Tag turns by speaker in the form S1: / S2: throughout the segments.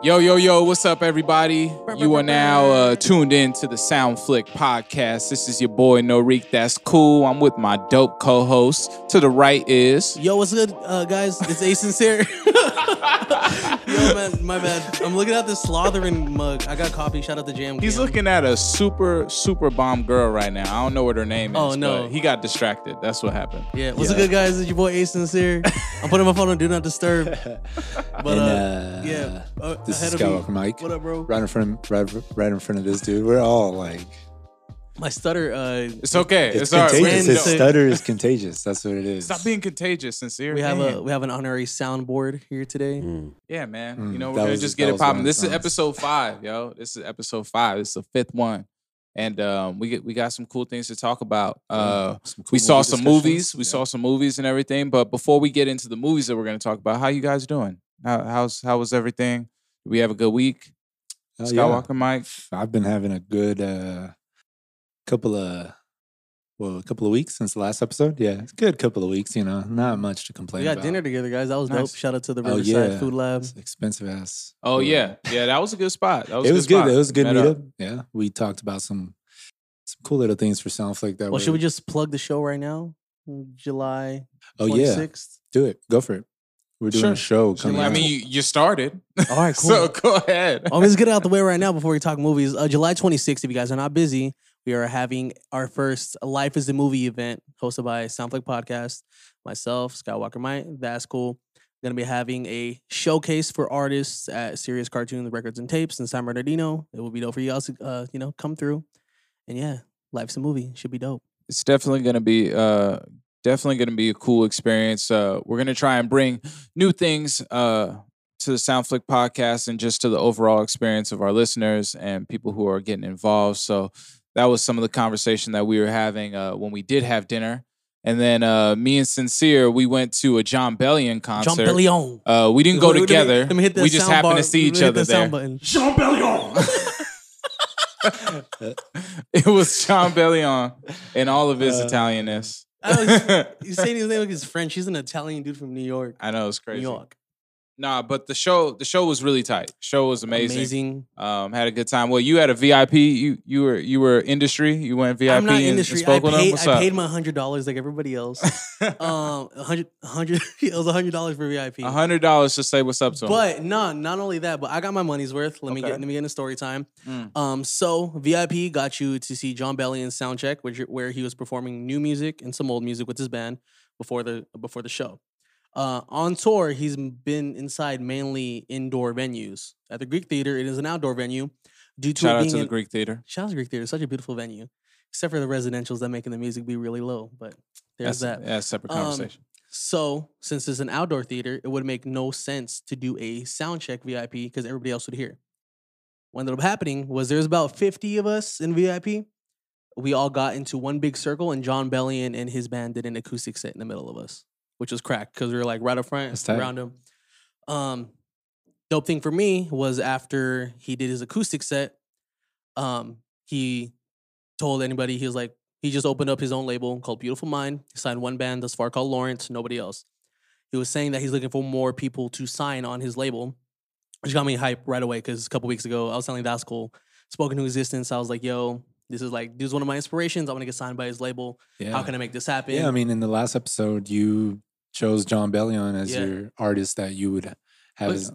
S1: Yo, yo, yo, what's up, everybody? You are now uh, tuned in to the Sound Flick podcast. This is your boy, Norik. That's cool. I'm with my dope co host. To the right is.
S2: Yo, what's good, uh, guys? It's A Sincere. Yo, man, my bad. I'm looking at this slothering mug. I got coffee. Shout out to Jam.
S1: He's
S2: Cam.
S1: looking at a super, super bomb girl right now. I don't know what her name is.
S2: Oh, no.
S1: but He got distracted. That's what happened.
S2: Yeah, what's good, guys? It's your boy A Sincere. I'm putting my phone on Do Not Disturb. But
S3: And,
S2: uh,
S3: uh,
S2: yeah, uh,
S3: This
S2: ahead of
S3: is
S2: me.
S3: Skywalker Mike.
S2: What up, bro?
S3: Right in front, right, right in front of this dude. We're all like,
S2: My stutter. Uh,
S1: It's okay.
S3: it's,
S1: It's, all right. We're
S3: contagious.
S1: in
S3: His
S1: dope.
S3: stutter is contagious. That's what it is.
S1: Stop being contagious, sincere.
S2: we have
S1: Man.
S2: a we have an honorary soundboard here today.
S1: Yeah, man.
S3: Mm,
S1: you know, we're
S3: that
S1: gonna
S3: was-
S1: just
S3: that
S1: get it
S3: was one
S1: popping.
S3: of
S1: This
S3: the
S1: is
S3: songs.
S1: episode five, yo. This is episode five. It's the fifth one, and um, we get we got some cool things to talk about. Uh,
S3: Some cool
S1: we saw
S3: movie
S1: some
S3: discussions.
S1: movies. We
S3: Yeah.
S1: saw some movies and everything. But before we get into the movies that we're gonna talk about, how you guys doing? How, how's how was everything? Did we have a good week?
S3: Oh, yeah.
S1: Skywalker Mike.
S3: I've been having a good uh, couple of well, a couple of weeks since the last episode. Yeah, it's a good couple of weeks. You know, not much to complain.
S2: We got
S3: about.
S2: dinner together, guys. That was
S1: Nice.
S2: dope. Shout out to the
S3: Oh,
S2: Riverside
S3: yeah.
S2: Food Lab.
S3: It's expensive ass.
S1: Oh
S3: food.
S1: yeah, yeah. That was a good spot. That was
S3: it
S1: a
S3: was good.
S1: spot.
S3: It was a good
S1: Met up.
S3: meetup. Yeah, we talked about some some cool little things for Sound Flick that.
S2: Well, should
S3: were-
S2: we just plug the show right now? July
S3: Oh
S2: 26th.
S3: yeah, do it. Go for it. We're doing
S1: Sure.
S3: a show
S2: July-
S3: coming.
S1: I
S3: up.
S1: mean, you, you started.
S2: All right, cool.
S1: So go ahead.
S2: Oh, let's get it out the way right now before we talk movies. Uh, July 26th, if you guys are not busy, we are having our first Life is a Movie event hosted by Soundflick Podcast, myself, Skywalker Mike. That's cool. Going to be having a showcase for artists at Serious Cartoons Records and Tapes in San Bernardino. It will be dope for you guys to, uh, you know, come through. And yeah, Life's a Movie. Should be dope.
S1: it's definitely going to be uh definitely going to be a cool experience uh we're going to try and bring new things uh to the soundflick podcast and just to the overall experience of our listeners and people who are getting involved so that was some of the conversation that we were having uh when we did have dinner and then uh me and sincere we went to a john bellion concert
S2: John Bellion.
S1: uh we didn't go
S2: Let me- let me-
S1: together
S2: let me hit that
S1: we just
S2: sound
S1: happened
S2: bar-
S1: to see
S2: let me
S1: each
S2: hit
S1: other
S2: that sound
S1: there
S2: button.
S1: Jean Bellion.
S3: Uh,
S1: it was John Bellion and all of his
S3: Uh,
S1: Italianness.
S2: I He's saying his name like he's French. He's an Italian dude from New York.
S1: I know it's crazy.
S2: New York.
S1: Nah, but the show the show was really tight. Show was amazing.
S2: Amazing.
S1: Um, had a good time. Well, you had a VIP. You you were you were industry. You went VIP
S2: I'm not
S1: and, and
S2: industry. I
S1: spoke with them.
S2: paid,
S1: What's
S2: I
S1: up?
S2: paid my hundred dollars like everybody else. um, a hundred, a hundred. It was a hundred dollars for VIP.
S1: A hundred dollars to say what's up to him.
S2: But no, not only that, but I got my money's worth. Let me
S1: Okay.
S2: get let me get into story time.
S1: Mm.
S2: Um, so VIP got you to see John Bellion's soundcheck, which where he was performing new music and some old music with his band before the before the show. Uh, on tour, he's m- been inside mainly indoor venues. At the Greek Theater, it is an outdoor venue due to
S1: Shout
S2: it
S1: out
S2: being
S1: to the
S2: an-
S1: Greek Theater.
S2: Shout out to Greek Theater, such a beautiful venue. Except for the residentials that making the music be really low, but there's
S1: that's,
S2: that.
S1: That's a separate
S2: Um,
S1: conversation.
S2: So, since it's an outdoor theater, it would make no sense to do a sound check VIP because everybody else would hear. What ended up happening was there's about 50 of us in VIP. We all got into one big circle, and John Bellion and his band did an acoustic set in the middle of us, which was crack because we were like right up front
S3: That's tight.
S2: around him. Um, dope thing for me was after he did his acoustic set, um, he told anybody he was like he just opened up his own label called Beautiful Mind. He signed one band thus far called Lawrence, nobody else. He was saying that he's looking for more people to sign on his label, which got me hype right away because a couple weeks ago I was telling that's cool. Spoken to existence, I was like, yo, this is like dude's one of my inspirations. I want to get signed by his label.
S3: yeah.
S2: How can I make this happen?
S3: Yeah, I mean, in the last episode, you chose John Bellion as
S2: Yeah.
S3: your artist that you would have
S2: Look-
S3: as,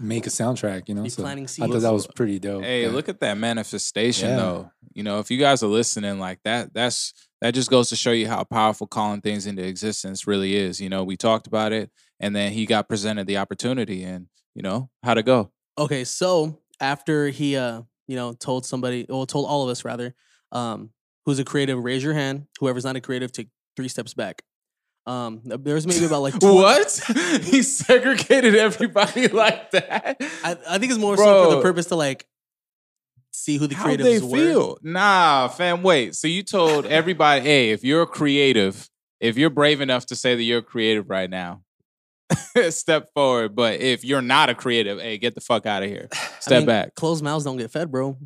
S3: make a soundtrack. You know,
S2: Be
S3: so
S2: planting
S3: I thought
S2: seeds.
S3: that was pretty dope.
S1: Hey,
S3: that-
S1: look at that manifestation
S3: Yeah.
S1: though. You know, if you guys are listening like that, that's that just goes to show you how powerful calling things into existence really is. You know, we talked about it and then he got presented the opportunity and you know, how'd it go?
S2: Okay, so after he uh, you know, told somebody or told all of us rather, um, who's a creative, raise your hand. Whoever's not a creative, take three steps back. Um, there's maybe about like twen-
S1: What? he segregated everybody like that?
S2: I, I think it's more so for the
S1: Bro.
S2: purpose to like see who the
S1: How
S2: creatives
S1: they
S2: were.
S1: feel? Nah, fam. Wait. So you told everybody, hey, if you're a creative, if you're brave enough to say that you're creative right now, step forward. But if you're not a creative, hey, get the fuck out of here. Step
S2: I mean,
S1: back.
S2: Closed mouths don't get fed, bro.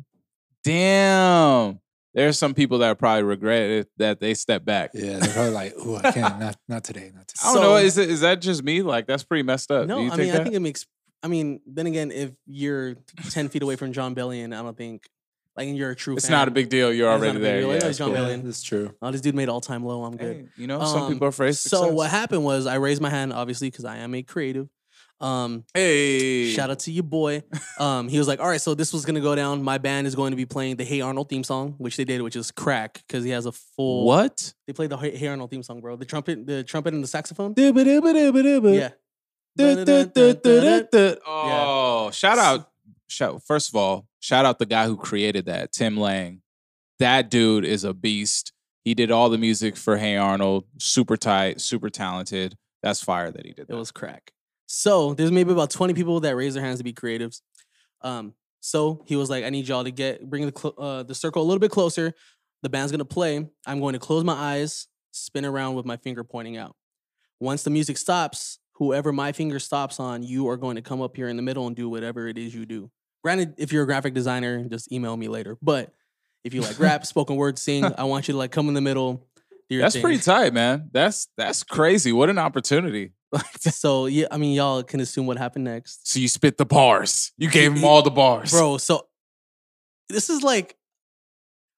S1: Damn. There's some people that probably regret it, that they step back.
S3: yeah, they're probably like, "Oh, I can't, not not today, not today."
S1: I don't know.
S2: So-
S1: Is it, is that just me? Like that's pretty messed up. Do
S2: no,
S1: Uh, you
S2: I mean I
S1: that?
S2: think it makes I mean, then again, if you're ten feet away from John Bellion, I don't think like and you're a true.
S1: It's
S2: fan,
S1: not a big deal. You're
S2: It's not a
S1: already
S2: big
S1: there.
S2: deal. "Oh,
S1: yeah.
S2: It's John
S3: yeah,
S2: Bellion.
S3: that's true.
S2: Oh, this dude made all time low. I'm good.
S1: Hey, you know, some
S2: Um,
S1: people are afraid. of
S2: So
S1: success.
S2: what happened was I raised my hand, obviously, because I am a creative. Um,
S1: Hey,
S2: shout out to your boy. Um, he was like, "All right, so this was gonna go down. My band is going to be playing the Hey Arnold theme song, which they did, which is crack, because he has a full.
S1: What?
S2: they played the Hey Hey Arnold theme song, bro? The trumpet, the trumpet and the saxophone.
S1: Yeah.
S2: Yeah. Dun-dun-dun-dun-dun.
S1: Oh, shout out! Shout first of all, shout out the guy who created that, Tim Lang. That dude is a beast. He did all the music for Hey Arnold. Super tight, super talented. That's fire that he did.
S2: It
S1: That.
S2: was crack. So there's maybe about 20 people that raise their hands to be creatives. Um, so he was like, I need y'all to get bring the cl- uh, the circle a little bit closer. The band's gonna play. I'm going to close my eyes, spin around with my finger pointing out. Once the music stops, whoever my finger stops on, you are going to come up here in the middle and do whatever it is you do. Granted, if you're a graphic designer, just email me later. But if you like rap, spoken word, sing, I want you to like come in the middle. Do your
S1: That's
S2: thing.
S1: pretty tight, man. That's that's crazy. What an opportunity.
S2: So yeah, I mean, y'all can assume what happened next.
S1: So you spit the bars. You gave him
S2: he-
S1: all the bars.
S2: bro. So this is like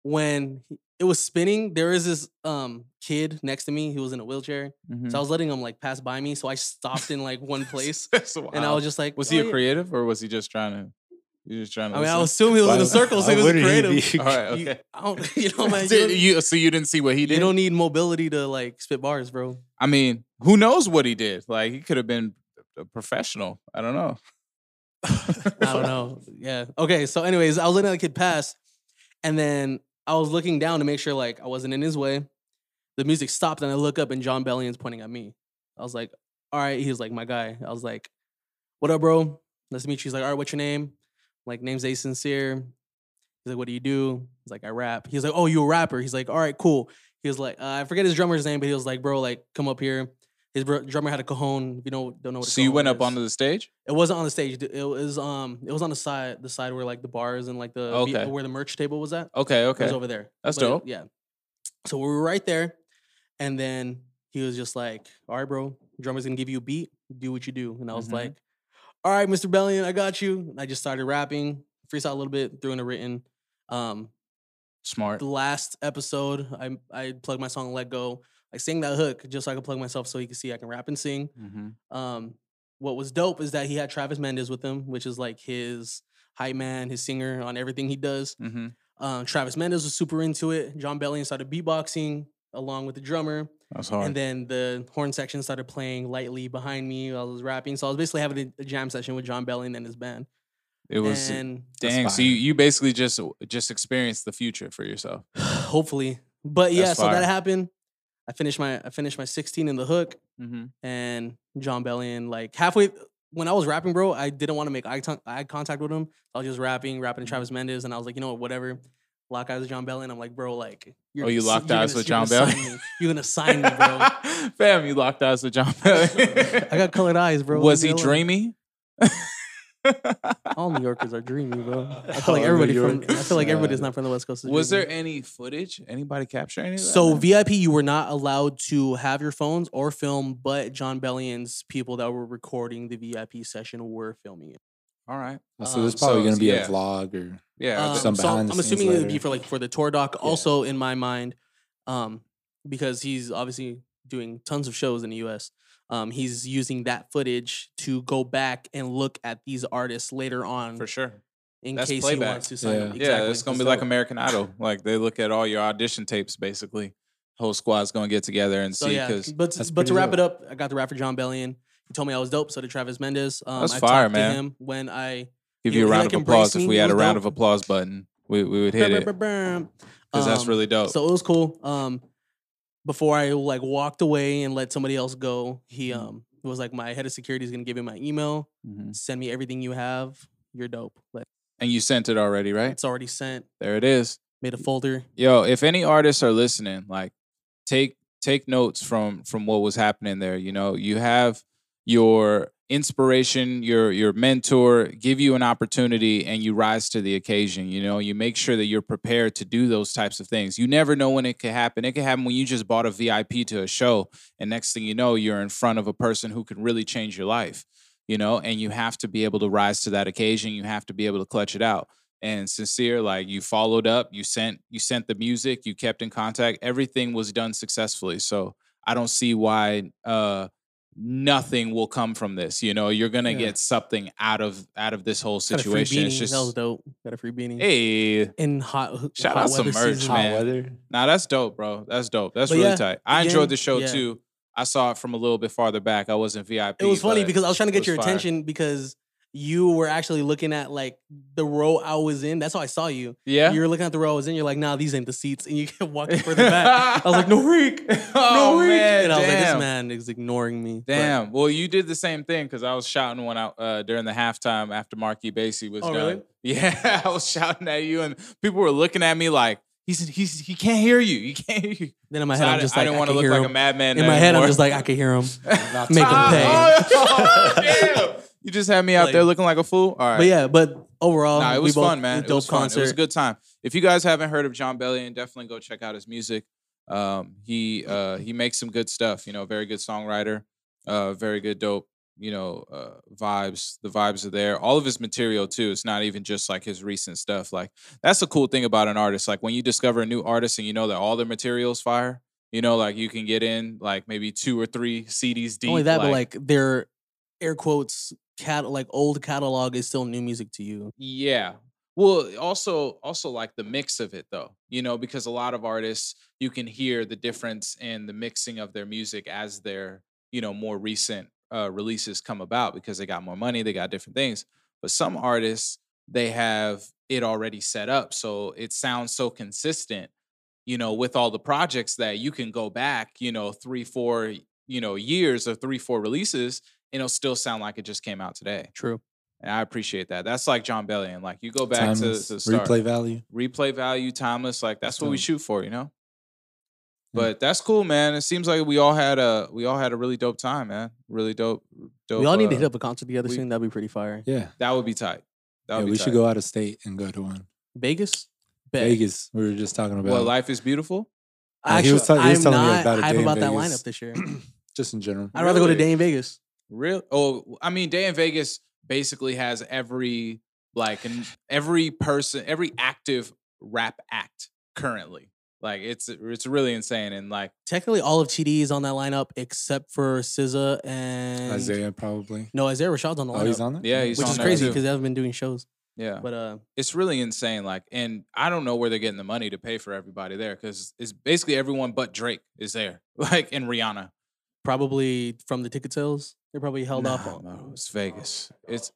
S2: when he- it was spinning. There was this um kid next to me. He was in a wheelchair,
S1: Mhm.
S2: so I was letting him like pass by me. So I stopped in like one place,
S1: That's
S2: and I
S1: wild.
S2: was just like,
S1: Was he
S2: "Oh,
S1: a
S2: yeah."
S1: creative or was he just trying to? You just trying to.
S2: I mean, I
S1: listen?
S2: assume he was in
S3: Why-
S2: a circle, so
S3: why
S2: he was
S3: wouldn't he
S2: creative.
S3: be?
S1: All right.
S2: You-
S1: Okay.
S2: I don't, you know, man, you,
S1: Did
S2: don't,
S1: you, so you didn't see what he
S2: you
S1: did.
S2: don't need mobility to like spit bars, bro.
S1: I mean, who knows what he did? Like he could have been a professional. I don't know.
S2: I don't know. Yeah. Okay. So, anyways, I was letting that kid pass, and then I was looking down to make sure like I wasn't in his way. The music stopped, and I look up, and John Bellion's pointing at me. I was like, "All right." He was like, "My guy." I was like, "What up, bro? Nice to meet you." He's like, "All right, what's your name?" I'm like, "Name's A Sincere." He's like, "What do you do?" He's like, "I rap." He's like, "Oh, you a rapper?" He's like, "All right, cool." He was like, uh, "I forget his drummer's name, but he was like, bro, like, come up here." His bro- drummer had a cajon. If you know, don't know what. A
S1: So you
S2: cajon
S1: went up
S2: is.
S1: onto the stage.
S2: It wasn't on the stage. d- It was um it was on the side the side where like the bars and like the be-
S1: Oh, Okay.
S2: where the merch table was at.
S1: Okay.
S2: It was
S1: Okay.
S2: over there.
S1: That's
S2: But it-
S1: dope.
S2: yeah. So we were right there. And then he was just like, All right, bro, drummer's gonna give you a beat, do what you do. And I was
S1: Mhm.
S2: like, All right, Mr. Bellion, I got you. And I just started rapping, freestyle a little bit, threw in a written. Um,
S1: Smart.
S2: the last episode, I I plugged my song Let Go. I sang that hook just so I could plug myself so he could see I can rap and sing.
S1: Mhm.
S2: Um, what was dope is that he had Travis Mendez with him, which is like his hype man, his singer on everything he does.
S1: Mhm.
S2: Um, Travis Mendez was super into it. John Bellion started beatboxing along with the drummer,
S1: That's hard.
S2: and then the horn section started playing lightly behind me while I was rapping. So I was basically having a, a jam session with John Bellion and his band.
S1: it was
S2: and
S1: dang. So
S3: fire.
S1: you, you basically just just experienced the future for yourself.
S2: hopefully, but yeah,
S1: That's
S2: so that
S1: fire.
S2: happened. I finished my I finished my 16 in the hook.
S1: Mm-hmm.
S2: and John Bellion. Like halfway uh, when I was rapping, bro, I didn't want to make eye, ton- eye contact with him. I was just rapping,
S1: Mm-hmm.
S2: rapping to Travis Mendes, and I was like, you know what, whatever. Lock eyes with John Bellion. I'm like, bro, like, you're
S1: Oh, you
S2: s-
S1: locked
S2: you're
S1: eyes
S2: gonna-
S1: with
S2: you're
S1: John
S2: gonna
S1: Bellion?
S2: sign me. You're gonna sign me, bro. I
S1: Fam, you locked eyes with John. I
S2: got colored eyes, bro.
S1: Was he
S2: Leave
S1: dreamy?
S2: me alone. All New Yorkers are dreamy, bro. I
S3: Oh,
S2: feel like
S3: New
S2: everybody from.
S3: York.
S2: I feel like everybody's
S3: Uh,
S2: not from the West Coast. is
S1: Was
S2: dreamy.
S1: there any footage? Anybody capture any of that?
S2: So VIP, you were not allowed to have your phones or film, but John Bellion's people that were recording the VIP session were filming it.
S1: all right.
S3: So there's
S2: Um,
S3: probably
S1: Uh, so-
S3: going to be
S1: yeah.
S3: a vlog or
S1: Yeah.
S2: Um,
S1: I
S3: Uh,
S1: think-
S3: some
S2: so
S3: behind the
S2: I'm
S3: scenes
S2: assuming it would be
S3: later.
S2: for like for the tour doc.
S3: Yeah.
S2: Also in my mind, um, because he's obviously doing tons of shows in the U.S. Um, he's using that footage to go back and look at these artists later on
S1: for sure.
S2: in
S1: that's
S2: case he
S1: playback.
S2: wants to sign
S3: Yeah.
S2: them.
S1: Yeah, it's gonna be like American Idol. Like they look at all your audition tapes, basically. Whole squad's gonna get together and
S2: So
S1: see
S2: yeah,
S1: because
S2: but
S3: That's
S2: but to
S3: pretty
S2: wrap it up, I got the rap for John Bellion. He told me I was dope. So did Travis Mendez. Um,
S1: That's
S2: I
S1: fire,
S2: talked
S1: man.
S2: To him when I
S1: give
S2: you-
S1: you a
S2: you
S1: round
S2: like
S1: of applause.
S2: embraced me,
S1: If we
S2: it
S1: had a
S2: was
S1: round
S2: dope.
S1: of applause button, we, we would hit it because that's
S2: Um,
S1: really dope.
S2: So it was cool. Um, before I like walked away and let somebody else go, he
S1: Mhm.
S2: um was like, "My head of security is gonna give you my email.
S1: Mhm.
S2: Send me everything you have. You're dope. Like
S1: And you sent it already, right?
S2: it's already sent.
S1: There it is.
S2: Made a folder.
S1: yo if any artists are listening like take take notes from from what was happening there you know you have your inspiration your your mentor give you an opportunity and you rise to the occasion you know you make sure that you're prepared to do those types of things you never know when it could happen it could happen when you just bought a vip to a show and next thing you know you're in front of a person who could really change your life you know, and you have to be able to rise to that occasion. You have to be able to clutch it out. And sincere, like you followed up, you sent you sent the music, you kept in contact. Everything was done successfully. So I don't see why uh nothing will come from this. You know, you're gonna
S2: Yeah.
S1: get something out of out of this whole
S2: Got a free
S1: situation. It's
S2: beanie.
S1: just
S2: that was dope. Got a free beanie.
S1: hey,
S2: In hot
S1: Shout
S2: hot
S1: out some
S2: weather
S1: merch,
S2: season.
S3: Hot
S1: man.
S3: weather.
S1: Nah, that's dope, bro. That's dope. That's
S2: But
S1: really
S2: yeah,
S1: tight. I
S2: again,
S1: enjoyed the show
S2: yeah.
S1: too. I saw it from a little bit farther back. I wasn't VIP.
S2: It was funny
S1: but
S2: because I was trying
S1: it
S2: to get
S1: was
S2: your
S1: fire.
S2: attention because you were actually looking at like the row I was in. That's how I saw you.
S1: Yeah.
S2: You were looking at the row I was in. You're like, nah, these ain't the seats, and you kept walking further back. I was like, no reek, no
S1: oh,
S2: reek,
S1: man,
S2: and I was
S1: damn.
S2: like, this man is ignoring me. But-
S1: Damn. well, you did the same thing because I was shouting when I uh, during the halftime after Marquis Basie was
S2: Oh,
S1: done.
S2: really?
S1: Yeah, I was shouting at you, and people were looking at me like he's he's he can't hear you. He can't hear you.
S2: Then in my
S1: So
S2: head,
S1: I,
S2: I'm
S1: di-
S2: just
S1: I
S2: like,
S1: didn't
S2: I
S1: want to
S2: can
S1: look
S2: hear
S1: like a
S2: him.
S1: madman.
S2: In my head, I'm
S1: anymore.
S2: just like, I can hear him.
S3: Not
S2: Make 'em
S3: too-
S2: pay.
S1: Ah, oh, damn. You just had me out
S2: Like-
S1: there looking like a fool. All right.
S2: But yeah, but overall,
S1: Nah, it
S2: we
S1: was
S2: both-
S1: fun, man. It
S2: Dope
S1: was fun.
S2: concert.
S1: It was a good time. If you guys haven't heard of John Bellion, definitely go check out his music. Um, he uh, he makes some good stuff. You know, very good songwriter. Uh, very good, dope. You know, uh, vibes. The vibes are there. All of his material too. It's not even just like his recent stuff. Like that's the cool thing about an artist. Like when you discover a new artist and you know that all their materials fire. You know, like you can get in like maybe two or three CDs deep.
S2: Only that, but like their air quotes cat like old catalog is still new music to you.
S1: Yeah. Well, also also like the mix of it though. You know, because a lot of artists you can hear the difference in the mixing of their music as their, you know, more recent uh releases come about because they got more money, they got different things. But some artists they have it already set up so it sounds so consistent you know with all the projects that you can go back you know 3 4 you know years or 3 4 releases and it'll still sound like it just came out today
S2: True.
S1: and I appreciate that. That's like John Bellion. Like you go back to,
S3: Timeless.
S1: to the start.
S3: replay value.
S1: Replay value, timeless. Like that's what we
S3: Timeless.
S1: shoot for, you know. But that's cool, man. It seems like we all had a we all had a really dope time, man. Really dope. dope
S2: we all need to
S1: uh,
S2: hit up a concert together
S1: we-
S2: soon. That'd be pretty fire.
S3: Yeah.
S1: That would be tight. That
S3: yeah
S1: would be
S3: we
S1: tight.
S3: should go out of state and go to one.
S2: Vegas. Bet.
S3: Vegas. We were just talking about
S1: Well, life is beautiful.
S3: Uh, he
S2: Actually,
S3: was tell- he was
S2: I'm
S3: telling me
S2: not
S3: about a
S2: hype
S3: day in
S2: about that
S3: Vegas.
S2: lineup this year.
S3: just in general.
S2: I'd rather go to
S1: Really?
S2: Day in Vegas.
S1: Real. Oh, I mean, Day in Vegas basically has every like n- every person, every active rap act currently. Like it's it's really insane and like
S2: Technically, all of TD is on that lineup except for SZA and
S3: Isaiah probably.
S2: No, Isaiah Rashad's on the lineup,
S3: Oh, he's on Oh. that?
S1: Yeah, he's
S2: which
S1: on
S2: is
S1: there
S2: crazy
S1: too.
S2: because they haven't been doing shows.
S1: yeah.
S2: But uh,
S1: it's really insane. Like, and I don't know where they're getting the money to pay for everybody there because it's basically everyone but Drake is there, like, and Rihanna.
S2: probably from the ticket sales, they probably held off
S1: Nah,
S2: on.
S1: bro, it's Vegas. It's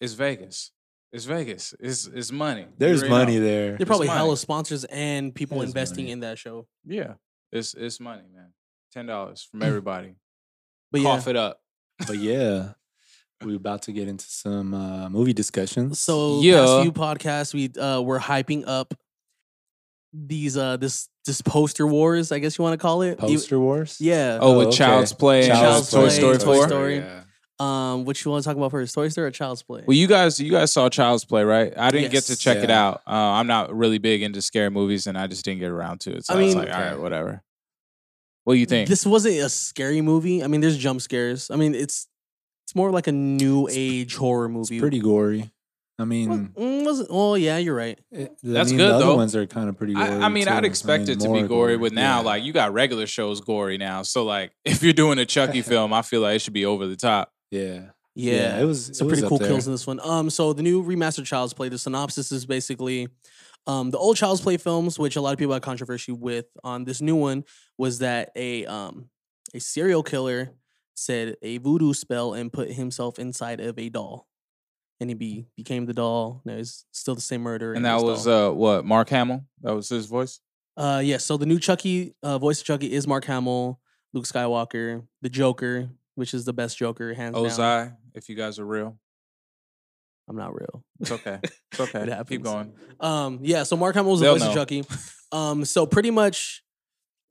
S1: it's Vegas. It's Vegas. It's it's money. You
S3: There's
S1: already know.
S3: money there.
S2: They're probably
S1: money.
S2: hella sponsors and people
S3: There's
S2: investing
S3: money.
S2: in that show.
S1: Yeah, it's it's money, man. Ten dollars from everybody.
S2: Mm. But yeah,
S1: Cough it up.
S3: But yeah, we're about to get into some uh, movie discussions.
S2: So
S1: Yeah.
S2: past few podcasts we uh were hyping up these uh this this poster wars, I guess you want to call it. Ev-
S3: poster wars.
S2: Yeah.
S1: Oh, with
S3: okay.
S1: Child's Play and
S2: Child's
S1: Toy
S2: Play,
S1: Story
S2: Toy
S1: Four.
S2: Story.
S3: Yeah.
S2: Um what you want to talk about first? Toy Story or Child's Play?
S1: Well, you guys, you guys saw Child's Play, right? I didn't get to
S2: Yes.
S1: check it
S3: Yeah.
S1: out. Uh, I'm not really big into scary movies, and I just didn't get around to it. So I,
S2: I
S1: was
S2: mean-
S1: like, all right, whatever. What do you think?
S2: This wasn't a scary movie. I mean, there's jump scares. I mean, it's it's more like a new age horror movie.
S3: It's pretty gory. I
S2: Well,
S3: mean,
S2: mm, was it- oh yeah, you're right.
S3: it-
S1: That's
S3: I mean,
S1: good,
S3: the
S1: though.
S3: Other ones are kind of pretty. Gory
S1: I, I mean, I'd
S3: too.
S1: expect
S3: mean,
S1: it to be
S3: more
S1: gory, with now,
S3: yeah.
S1: like you got regular shows gory now. So like, if you're doing a Chucky film, I feel like it should be over the top.
S3: yeah,
S2: Yeah.
S3: it was
S2: Some
S3: it was
S2: pretty
S3: up
S2: cool
S3: there.
S2: kills in this one. Um, so the new remastered Child's Play. The synopsis is basically, um, the old Child's Play films, which a lot of people had controversy with. On this new one, was that a um a serial killer said a voodoo spell and put himself inside of a doll, and he be, became the doll. Now it's still the same murder.
S1: And
S2: it
S1: that was
S2: doll.
S1: uh, what Mark Hamill. That was his voice.
S2: uh yeah. So the new Chucky, uh, voice of Chucky is Mark Hamill, Luke Skywalker, the Joker, which is the best Joker hands down.
S1: Ozai, if you guys are real,
S2: I'm not real.
S1: it's okay. It's okay. Keep
S2: happens.
S1: going.
S2: Um, yeah, so Mark Hamill was the
S1: They'll
S2: voice
S1: know.
S2: of Chucky. Um, so pretty much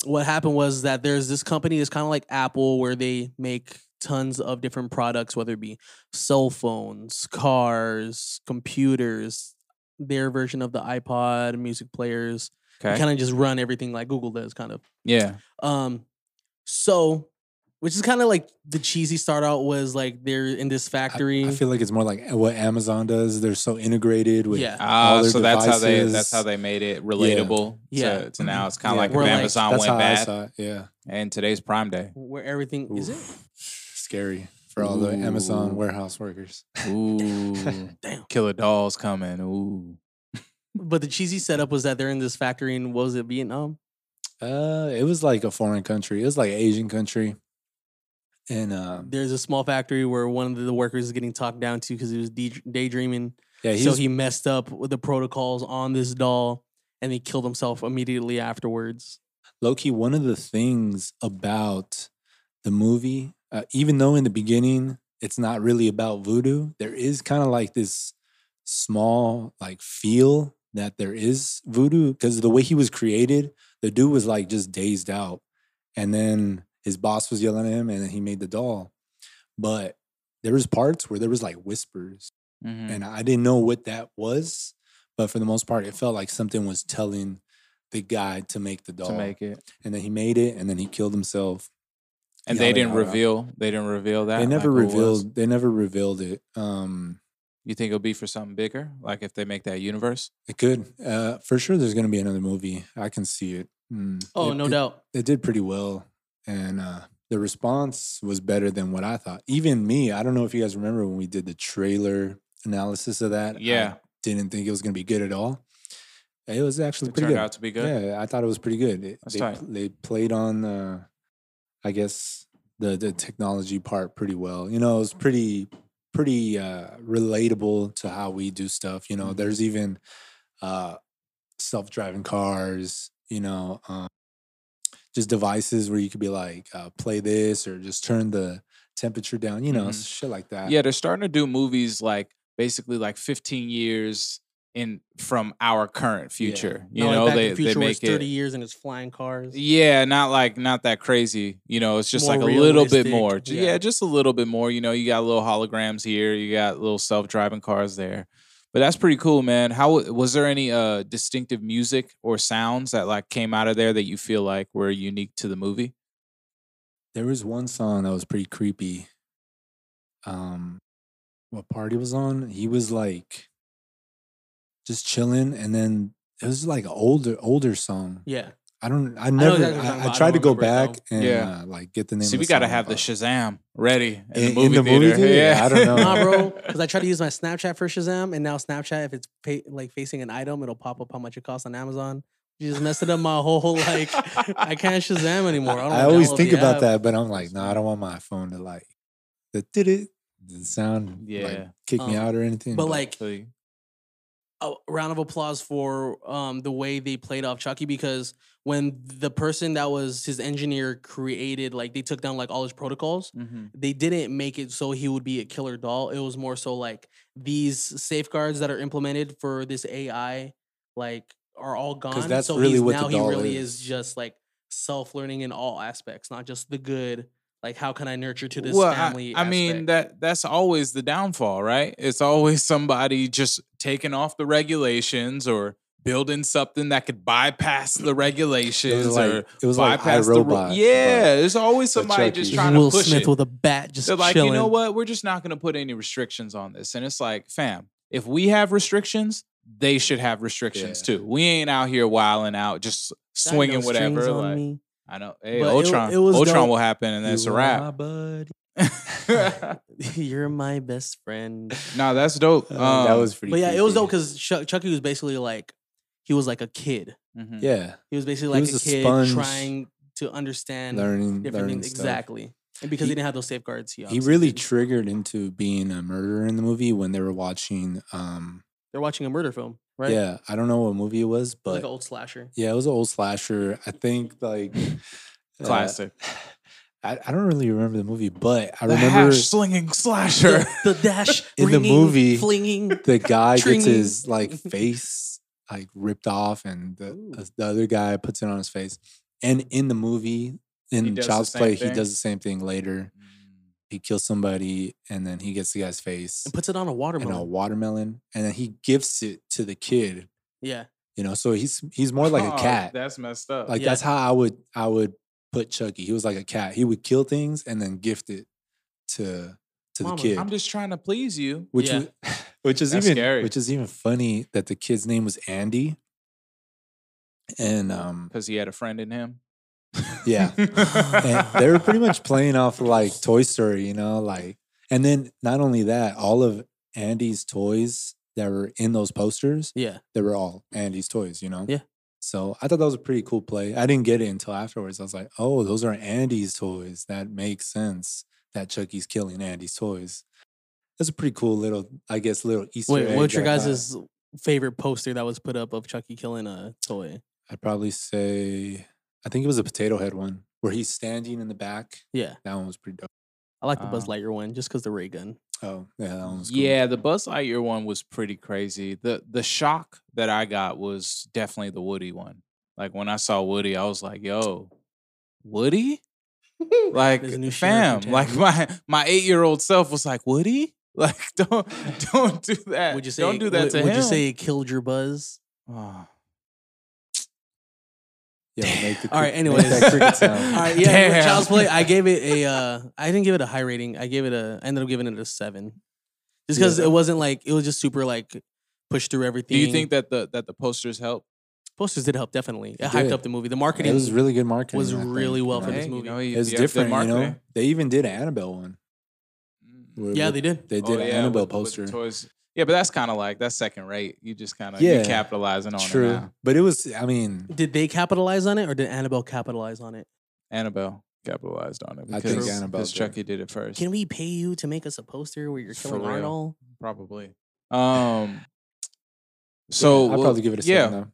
S2: what happened was that there's this company that's kind of like Apple where they make tons of different products, whether it be cell phones, cars, computers, their version of the iPod, music players.
S1: Okay.
S2: Kind of just run everything like Google does, kind of.
S1: yeah.
S2: Um, so which is kind of like the cheesy start out was like they're in this
S3: I-
S2: factory.
S3: I, feel like it's more like what Amazon does. They're so integrated with
S2: Yeah.
S1: Ah,
S3: all their
S1: so that's how they
S3: devices.
S1: that's how they made it relatable.
S2: Yeah.
S1: to, to now it's kind of
S3: Yeah.
S1: like
S2: We're
S1: if
S2: like-
S1: Amazon
S3: that's
S1: went
S3: how I
S1: bad
S3: saw it. Yeah,
S1: and today's Prime Day.
S2: where everything is it?
S3: Oof. scary for all the
S1: Ooh.
S3: Amazon warehouse workers.
S1: Ooh,
S2: Damn.
S1: Killer Dolls coming. Ooh,
S2: But the cheesy setup was that they're in this factory in what was it Vietnam?
S3: Uh, it was like a foreign country. It was like Asian country, and um,
S2: There's a small factory where one of the workers is getting talked down to because he was de- daydreaming.
S3: yeah, he
S2: so
S3: was
S2: he messed up with the protocols on this doll, and he killed himself immediately afterwards.
S3: Loki, one of the things about the movie, uh, even though in the beginning it's not really about voodoo, there is kind of like this small like feel that there is voodoo because the way he was created, the dude was like just dazed out, and then his boss was yelling at him, and then he made the doll. But there was parts where there was like whispers
S2: Mm-hmm.
S1: Mhm.
S3: and I didn't know what that was, but for the most part, it felt like something was telling the guy to make the doll,
S1: to make it,
S3: and then he made it, and then he killed himself.
S1: and
S3: Yada,
S1: they didn't
S3: yada.
S1: reveal. They didn't reveal that.
S3: They never
S1: like, what it was?
S3: revealed. They never revealed it. Um,
S1: You think it'll be for something bigger, like if they make that universe?
S3: it could uh, for sure. There's going to be another movie. I can see it. Mm.
S2: Oh,
S3: It-
S2: no
S3: it-
S2: doubt.
S3: It did pretty well, and uh, the response was better than what I thought. Even me. I don't know if you guys remember when we did the trailer analysis of that. uh, I
S1: Yeah,
S3: didn't think it was going to be good at all. It was actually
S1: it
S3: pretty
S1: turned
S3: good.
S1: out to be good.
S3: Yeah, I thought it was pretty good. It-
S1: That's
S3: they,
S1: tight.
S3: pl- they played on, uh, I guess, the the technology part pretty well. You know, it was pretty pretty uh, relatable to how we do stuff. You know,
S1: Mhm.
S3: there's even uh, self driving cars. You know, um, just devices where you could be like, uh, play this or just turn the temperature down. You know,
S1: Mhm.
S3: shit like
S1: Yeah.
S3: that.
S1: they're starting to do movies like basically like 15 years in from our current future. You
S2: Not like
S1: know,
S2: Back to
S1: they
S2: the
S1: they
S2: Future where it's
S1: make it.
S2: thirty years and it's flying cars.
S1: Yeah, not like not that crazy. You know, it's just
S2: More
S1: like a little bit
S2: realistic,
S1: more. J- Yeah.
S2: yeah.
S1: just a little bit more. You know, you got little holograms here, you got little self-driving cars there. But that's pretty cool, man. How w- was there any uh distinctive music or sounds that like came out of there that you feel like were unique to the movie?
S3: There was one song that was pretty creepy. Um, what party was on? He was like just chilling, and then it was like an older older song.
S2: Yeah.
S3: I don't. I
S2: know
S3: never.
S2: exactly what you're talking
S3: I, I,
S2: about, I
S3: tried to
S2: don't
S3: go
S2: remember it,
S3: back and
S1: Yeah.
S3: uh, like get the name.
S1: See,
S3: of
S1: we
S3: got
S1: gotta have the Shazam ready in, the
S3: In-
S1: movie
S3: in the
S1: theater.
S3: movie theater?
S1: Yeah,
S3: I don't know.
S2: Nah, bro. Because I try to use my Snapchat for Shazam, and now Snapchat, if it's pa- like facing an item, it'll pop up how much it costs on Amazon. You just messed it up my whole like. I can't Shazam anymore. I, don't
S3: I always
S2: download
S3: think
S2: the
S3: about
S2: app.
S3: that, but I'm like, no, I don't want my phone to like the did it the sound like
S1: Yeah.
S3: kick me
S2: Um,
S3: out or anything.
S2: But like
S1: Like,
S2: a round of applause for um the way they played off Chucky because when the person that was his engineer created like they took down like all his protocols,
S1: mhm.
S2: they didn't make it so he would be a killer doll. It was more so like these safeguards that are implemented for this AI, like are all gone.
S3: that's
S2: so
S3: really
S2: he's,
S3: what the
S2: now
S3: doll
S2: he really is.
S3: is.
S2: just like self learning in all aspects, not just the good. Like how can I nurture to this
S1: well, I-
S2: family?
S1: I, mean
S2: aspect.
S1: that that's always the downfall, right? It's always somebody just taking off the regulations or building something that could bypass the
S3: it
S1: regulations
S3: was like
S1: or
S3: it was like
S1: bypass the ru-
S3: iRobot, but-
S1: yeah. There's always
S3: but
S1: somebody just
S3: Chucky.
S1: trying
S2: Will
S1: to push
S2: Smith
S1: it.
S2: with a bat just
S1: They're like,
S2: chilling.
S1: you know what? We're just not going to put any restrictions on this. And it's like, fam, if we have restrictions, they should have restrictions too. We ain't out here wilding out, just
S2: Got no
S1: swinging
S2: strings
S1: whatever.
S2: on
S1: Like,
S2: me.
S1: I know. Hey,
S2: But it-
S1: Ultron.
S2: it was
S1: Ultron
S2: dope.
S1: will happen, and that's a
S3: You
S1: wrap.
S3: are my buddy.
S2: You're my best friend.
S1: nah, that's dope.
S3: Uh, that
S1: Um,
S3: was pretty.
S2: But yeah, it was
S3: creepy.
S2: dope because Chucky was basically like, he was like a kid.
S1: mhm.
S3: Yeah,
S2: He was basically like
S3: was
S2: a,
S3: a
S2: kid
S3: sponge
S2: trying to understand
S3: learning,
S2: different
S3: learning
S2: things.
S3: stuff.
S2: Exactly. And because he,
S3: He-
S2: didn't have those safeguards, he,
S3: He
S2: obviously
S3: really
S2: did.
S3: triggered into being a murderer in the movie when they were watching. Um,
S2: they're watching a murder film, right?
S3: Yeah, I don't know what movie it was,
S2: It's like
S3: but
S2: an old slasher.
S3: yeah, it was an old slasher. I think like uh,
S1: Classic.
S3: I, I don't really remember the movie, but I
S1: the
S3: remember
S1: hash slinging slasher.
S2: The, the dash
S3: In the
S2: ringing,
S3: movie-
S2: flinging.
S3: the guy gets
S2: Tring.
S3: his like face like ripped off, and
S2: Ooh.
S3: the, uh, the other guy puts it on his face. And in the movie, in
S1: does the
S3: Child's
S1: same
S3: Play,
S1: thing?
S3: he does the same thing later. He kills somebody, and then he gets the guy's face.
S2: And puts it on a
S3: and
S2: watermelon.
S3: a watermelon, and then he gifts it to the kid.
S2: yeah.
S3: You know, so he's he's more like
S1: Oh,
S3: a cat.
S1: That's messed up.
S3: like
S2: yeah.
S3: that's how I would I would put Chucky. He was like a cat. He would kill things and then gift it to to
S2: Mama,
S3: the kid.
S1: I'm just trying to please you.
S3: which
S2: Yeah.
S3: was- which is
S1: That's
S3: even
S1: scary.
S3: which is even funny that the kid's name was Andy. And um
S1: Because he had a friend in him.
S3: yeah, and they were pretty much playing off of, like Toy Story, you know, like and then not only that, all of Andy's toys that were in those posters,
S2: Yeah.
S3: they were all Andy's toys, you know?
S2: Yeah.
S3: So I thought that was a pretty cool play. I didn't get it until afterwards. I was like, oh, those are Andy's toys. That makes sense that Chucky's killing Andy's toys. That's a pretty cool little, I guess, little Easter
S2: Wait,
S3: egg
S2: what's your
S3: that I got.
S2: guys' favorite poster that was put up of Chucky killing a toy?
S3: I'd probably say, I think it was a potato head one where he's standing in the back.
S2: Yeah.
S3: That one was pretty dope.
S2: I like the Buzz
S1: Um,
S2: Lightyear one just because the ray gun.
S3: Oh, yeah, that one was cool.
S1: Yeah, the Buzz Lightyear one was pretty crazy. The the shock that I got was definitely the Woody one. Like when I saw Woody, I was like, "Yo, Woody!" Like,
S2: There's a new
S1: fam,
S2: sheriff in
S1: like
S2: town.
S1: my my eight year old self was like, "Woody!" Like, don't don't do that.
S2: Would you say
S1: don't
S2: it-
S1: do that
S2: would,
S1: to
S2: would
S1: him?
S2: you say it killed your buzz?
S1: Ah.
S3: Yeah, make the
S2: All right,
S3: crick- make
S2: anyways.
S3: that cricket sound.
S2: All right, yeah. with
S1: Damn.
S2: Child's Play. I gave it a. Uh, I didn't give it a high rating. I gave it a. I ended up giving it a seven, just because
S3: Yeah.
S2: it wasn't like it was just super like pushed through everything.
S1: Do you think that the that the posters help?
S2: posters did help? Definitely, it,
S3: It
S2: hyped
S3: did.
S2: up the movie. The
S3: It
S2: marketing
S3: was really good marketing.
S2: was
S3: I think,
S2: really well
S3: you
S2: for
S3: know?
S2: this
S1: Hey, you
S2: movie.
S1: know, you-
S3: It's
S1: you have good
S3: different, you know.
S1: marketing.
S3: They even did an Annabelle one. where-
S2: yeah,
S3: with-
S2: they did.
S3: They did
S1: Oh,
S3: an
S1: yeah,
S3: Annabelle
S1: with- with the
S3: poster.
S1: toys. Yeah, but that's kind of like that's second rate. You just kind of
S3: Yeah.
S1: you capitalizing on it.
S3: True,
S1: now.
S3: but it was. I mean,
S2: Did they capitalize on it, or did Annabelle capitalize on it?
S1: Annabelle capitalized on it
S3: I think
S1: because
S3: Annabelle
S1: because
S3: did.
S1: Chucky did it first.
S2: Can we pay you to make us a poster where you're
S1: For
S2: killing
S1: real.
S2: Arnold?
S1: Probably. Um. So
S3: I'd
S1: we'll-
S3: probably give it a seven.
S1: Yeah,
S3: though.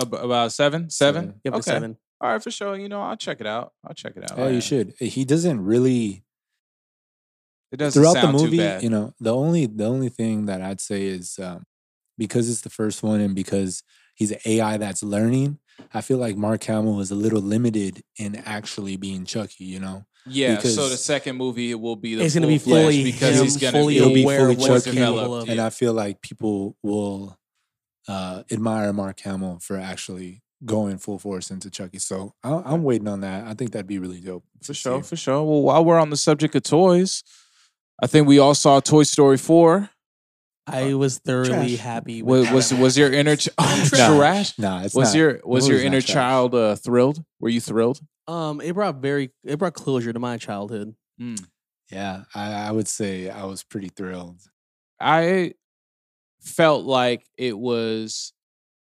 S1: ab- about seven, seven.
S3: Seven.
S2: Give it a
S1: okay.
S2: seven.
S1: All right, for sure. You know, I'll check it out. I'll check it out.
S3: Oh,
S1: man.
S3: you should. He doesn't really
S1: It doesn't
S3: throughout the
S1: sound too
S3: movie.
S1: bad.
S3: You know, the only the only thing that I'd say is um, because it's the first one and because he's an AI that's learning. I feel like Mark Hamill is a little limited in actually being Chucky. You know,
S1: yeah. So the
S3: because-
S1: second movie it will be the
S2: It's gonna be
S1: full fledged
S2: fully
S1: because
S2: him,
S1: he's gonna
S2: fully
S1: be,
S3: aware of
S1: more
S3: what he's capable
S1: developed,
S2: of.
S1: yeah.
S3: and I feel like people will uh, admire Mark Hamill for actually going full force into Chucky. So I, I'm waiting on that. I think that'd be really dope
S1: For
S3: to
S1: sure,
S3: see.
S1: for sure. Well, while we're on the subject of toys, I think we all saw Toy Story four.
S2: I was thoroughly
S3: Trash.
S2: happy.
S1: Was
S2: With
S1: was,
S2: that.
S1: was your inner ch-
S2: Nah.
S1: trash?
S3: Nah, it's
S1: Was
S3: not.
S1: your was your
S3: movie's not
S1: inner
S3: trash.
S1: child uh, thrilled? Were you thrilled?
S2: um? It brought very. It brought closure to my childhood.
S1: Hmm.
S3: Yeah, I, I would say I was pretty thrilled.
S1: I felt like it was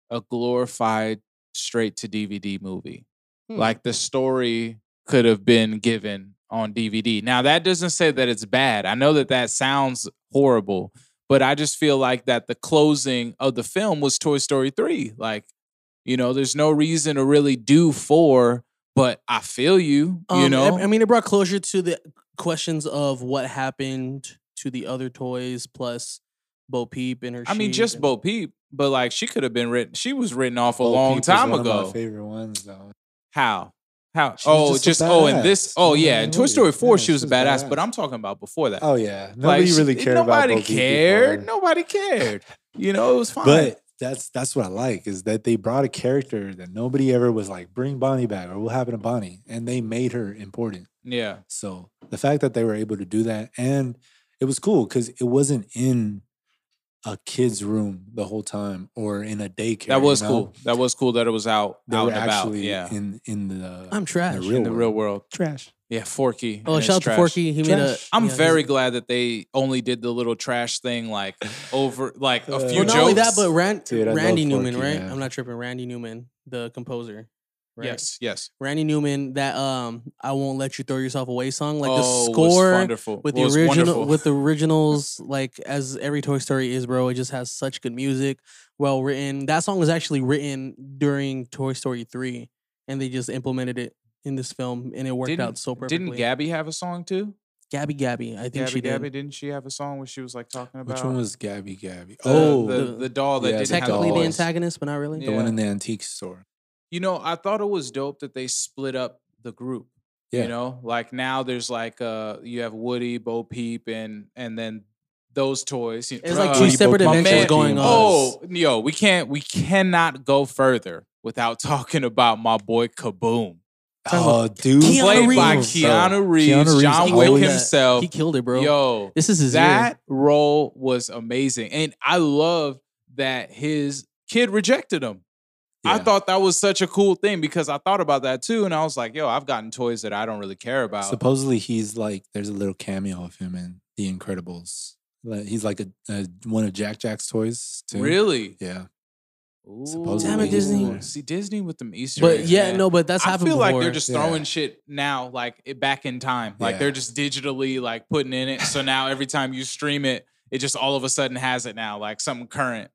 S1: a glorified straight to DVD movie.
S2: Hmm.
S1: Like the story could have been given on DVD. Now that doesn't say that it's bad. I know that that sounds horrible, but I just feel like that the closing of the film was Toy Story 3. Like, you know, there's no reason to really do 4, but I feel you, you
S2: Um, I-
S1: know.
S2: I, mean, it brought closure to the questions of what happened to the other toys, plus Bo Peep and her.
S1: I mean,
S2: sheep
S1: just
S2: and-
S1: Bo Peep, but like she could have been written. She was written off a
S3: Bo
S1: long
S3: Peep is
S1: time
S3: one of
S1: ago.
S3: my favorite ones though.
S1: How? How?
S3: She was
S1: oh,
S3: just
S1: just,
S3: a
S1: oh, and this.
S3: badass.
S1: Oh,
S3: Yeah,
S1: yeah.
S3: I
S1: In
S3: know
S1: Toy Story
S3: you.
S1: Four,
S3: Yeah,
S1: she was
S3: she
S1: a
S3: was
S1: badass,
S3: badass.
S1: but I'm talking about before that.
S3: Oh yeah,
S1: Like,
S3: nobody
S1: she-
S3: really cared
S1: Nobody
S3: about Bo Peep
S1: cared.
S3: before.
S1: Nobody cared. You know, it was fine.
S3: But that's that's what I like is that they brought a character that nobody ever was like, bring Bonnie back or what happened to Bonnie, and they made her important.
S1: yeah,
S3: So the fact that they were able to do that, and it was cool because it wasn't in a kid's room the whole time or in a daycare.
S1: that was
S3: you know?
S1: cool. That was cool that it was out,
S3: They
S1: out
S3: were
S1: and about.
S3: actually
S1: Yeah,
S3: in in the
S2: I'm trash.
S3: the
S1: in the real world.
S3: trash.
S1: Yeah, Forky.
S2: oh,
S1: and
S2: shout out
S1: his
S2: to
S1: trash.
S2: Forky. He made a.
S3: Trash.
S1: I'm
S2: yeah, he's-
S1: very glad that they only did the little trash thing like over like a
S3: Uh,
S1: few
S2: Well,
S3: few
S2: not only that,
S1: jokes.
S2: but Ran-
S3: Dude, I love
S2: Randy Newman,
S3: Forky,
S2: right?
S3: man.
S2: I'm not tripping. Randy Newman, the composer. Right?
S1: Yes, yes.
S2: Randy Newman. That um, I won't let you throw yourself away song. Like
S1: Oh, was
S2: the score
S1: wonderful.
S2: with the
S1: was
S2: original
S1: wonderful.
S2: with the originals like as every toy story is bro it just has such good music well written that song was actually written during toy story 3 and they just implemented it in this film and it worked out so perfectly
S1: Didn't Gabby have a song too?
S2: gabby gabby i think
S1: Gabby
S2: she did
S1: Gabby, didn't she have a song where she was like talking about
S3: Which one was Gabby? Gabby.
S1: the,
S3: oh,
S1: the,
S2: the-
S1: the doll that
S3: yeah,
S1: didn't have
S2: technically
S1: a
S2: the
S1: voice.
S3: dolls.
S2: antagonist but not really
S3: the
S1: Yeah.
S3: one in the antique store.
S1: You know, I thought it was dope that they split up the group.
S3: Yeah.
S1: You know, like now there's like uh you have Woody, Bo Peep, and and then those toys. you-
S2: it's like
S1: Bruh,
S2: two
S3: Woody
S2: separate
S3: Bo- my
S2: adventures
S1: man-
S2: going on
S1: Oh, yo, we can't we cannot go further without talking about my boy Kaboom.
S3: Oh, dude.
S2: Keanu
S1: Played by
S2: Reeves.
S1: Keanu Reeves,
S3: Oh, Reeves
S1: John
S2: owns
S1: Wick
S2: that.
S1: himself.
S2: He killed it, bro.
S1: Yo,
S2: this is his
S1: that
S2: year.
S1: role was amazing. And I love that his kid rejected him. I
S3: Yeah.
S1: thought that was such a cool thing because I thought about that too. And I was like, yo, I've gotten toys that I don't really care about.
S3: Supposedly, he's like there's a little cameo of him in The Incredibles. Like, He's like a, a one of Jack Jack's toys too.
S1: really?
S3: Yeah.
S1: Supposedly.
S2: Damn it, Disney.
S1: Ooh, See, Disney with them Easter
S2: But
S1: eggs,
S2: yeah,
S1: man.
S2: no, but that's
S1: I
S2: happened
S1: feel like
S2: before.
S1: they're just
S3: Yeah.
S1: throwing shit now, like it back in time. Like
S3: Yeah.
S1: they're just digitally like putting in it. So now every time you stream it, it just all of a sudden has it now, like something current.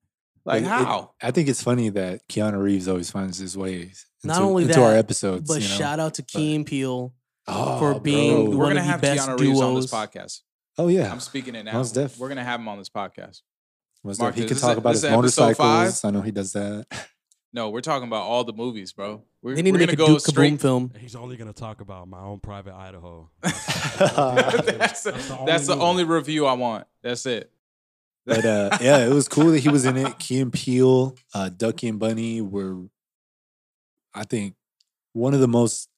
S1: Like
S3: It- it-
S1: how?
S3: I think it's funny that Keanu Reeves always finds his way
S2: Not
S3: into-
S2: only
S3: into our
S2: that,
S3: episodes.
S2: but
S3: you know?
S2: shout out to Keen Peele.
S3: Oh,
S2: for being
S3: bro.
S1: We're
S2: one
S1: gonna
S2: of the
S1: have
S2: best
S1: Keanu Reeves on this
S2: duos.
S1: podcast.
S3: oh yeah,
S1: I'm speaking it now.
S3: Most def.
S1: We're gonna have him on this podcast.
S3: Most
S1: Mark,
S3: def- he
S1: this
S3: could
S1: is-
S3: talk about
S1: this
S3: his
S1: is episode
S3: motorcycles.
S1: five.
S3: I know he does that.
S1: No, we're talking about all the movies, bro. We're,
S2: They need
S1: we're
S2: to make a
S1: gonna go
S2: Duke Kaboom
S1: straight.
S2: film.
S4: He's only gonna talk about my own private Idaho.
S1: that's,
S4: That's the
S1: the,
S4: only
S1: that's the
S4: movie.
S1: only review I want. That's it.
S3: But uh, yeah, it was cool that he was in it. Key and Peele, uh, Ducky and Bunny were, I think, one of the most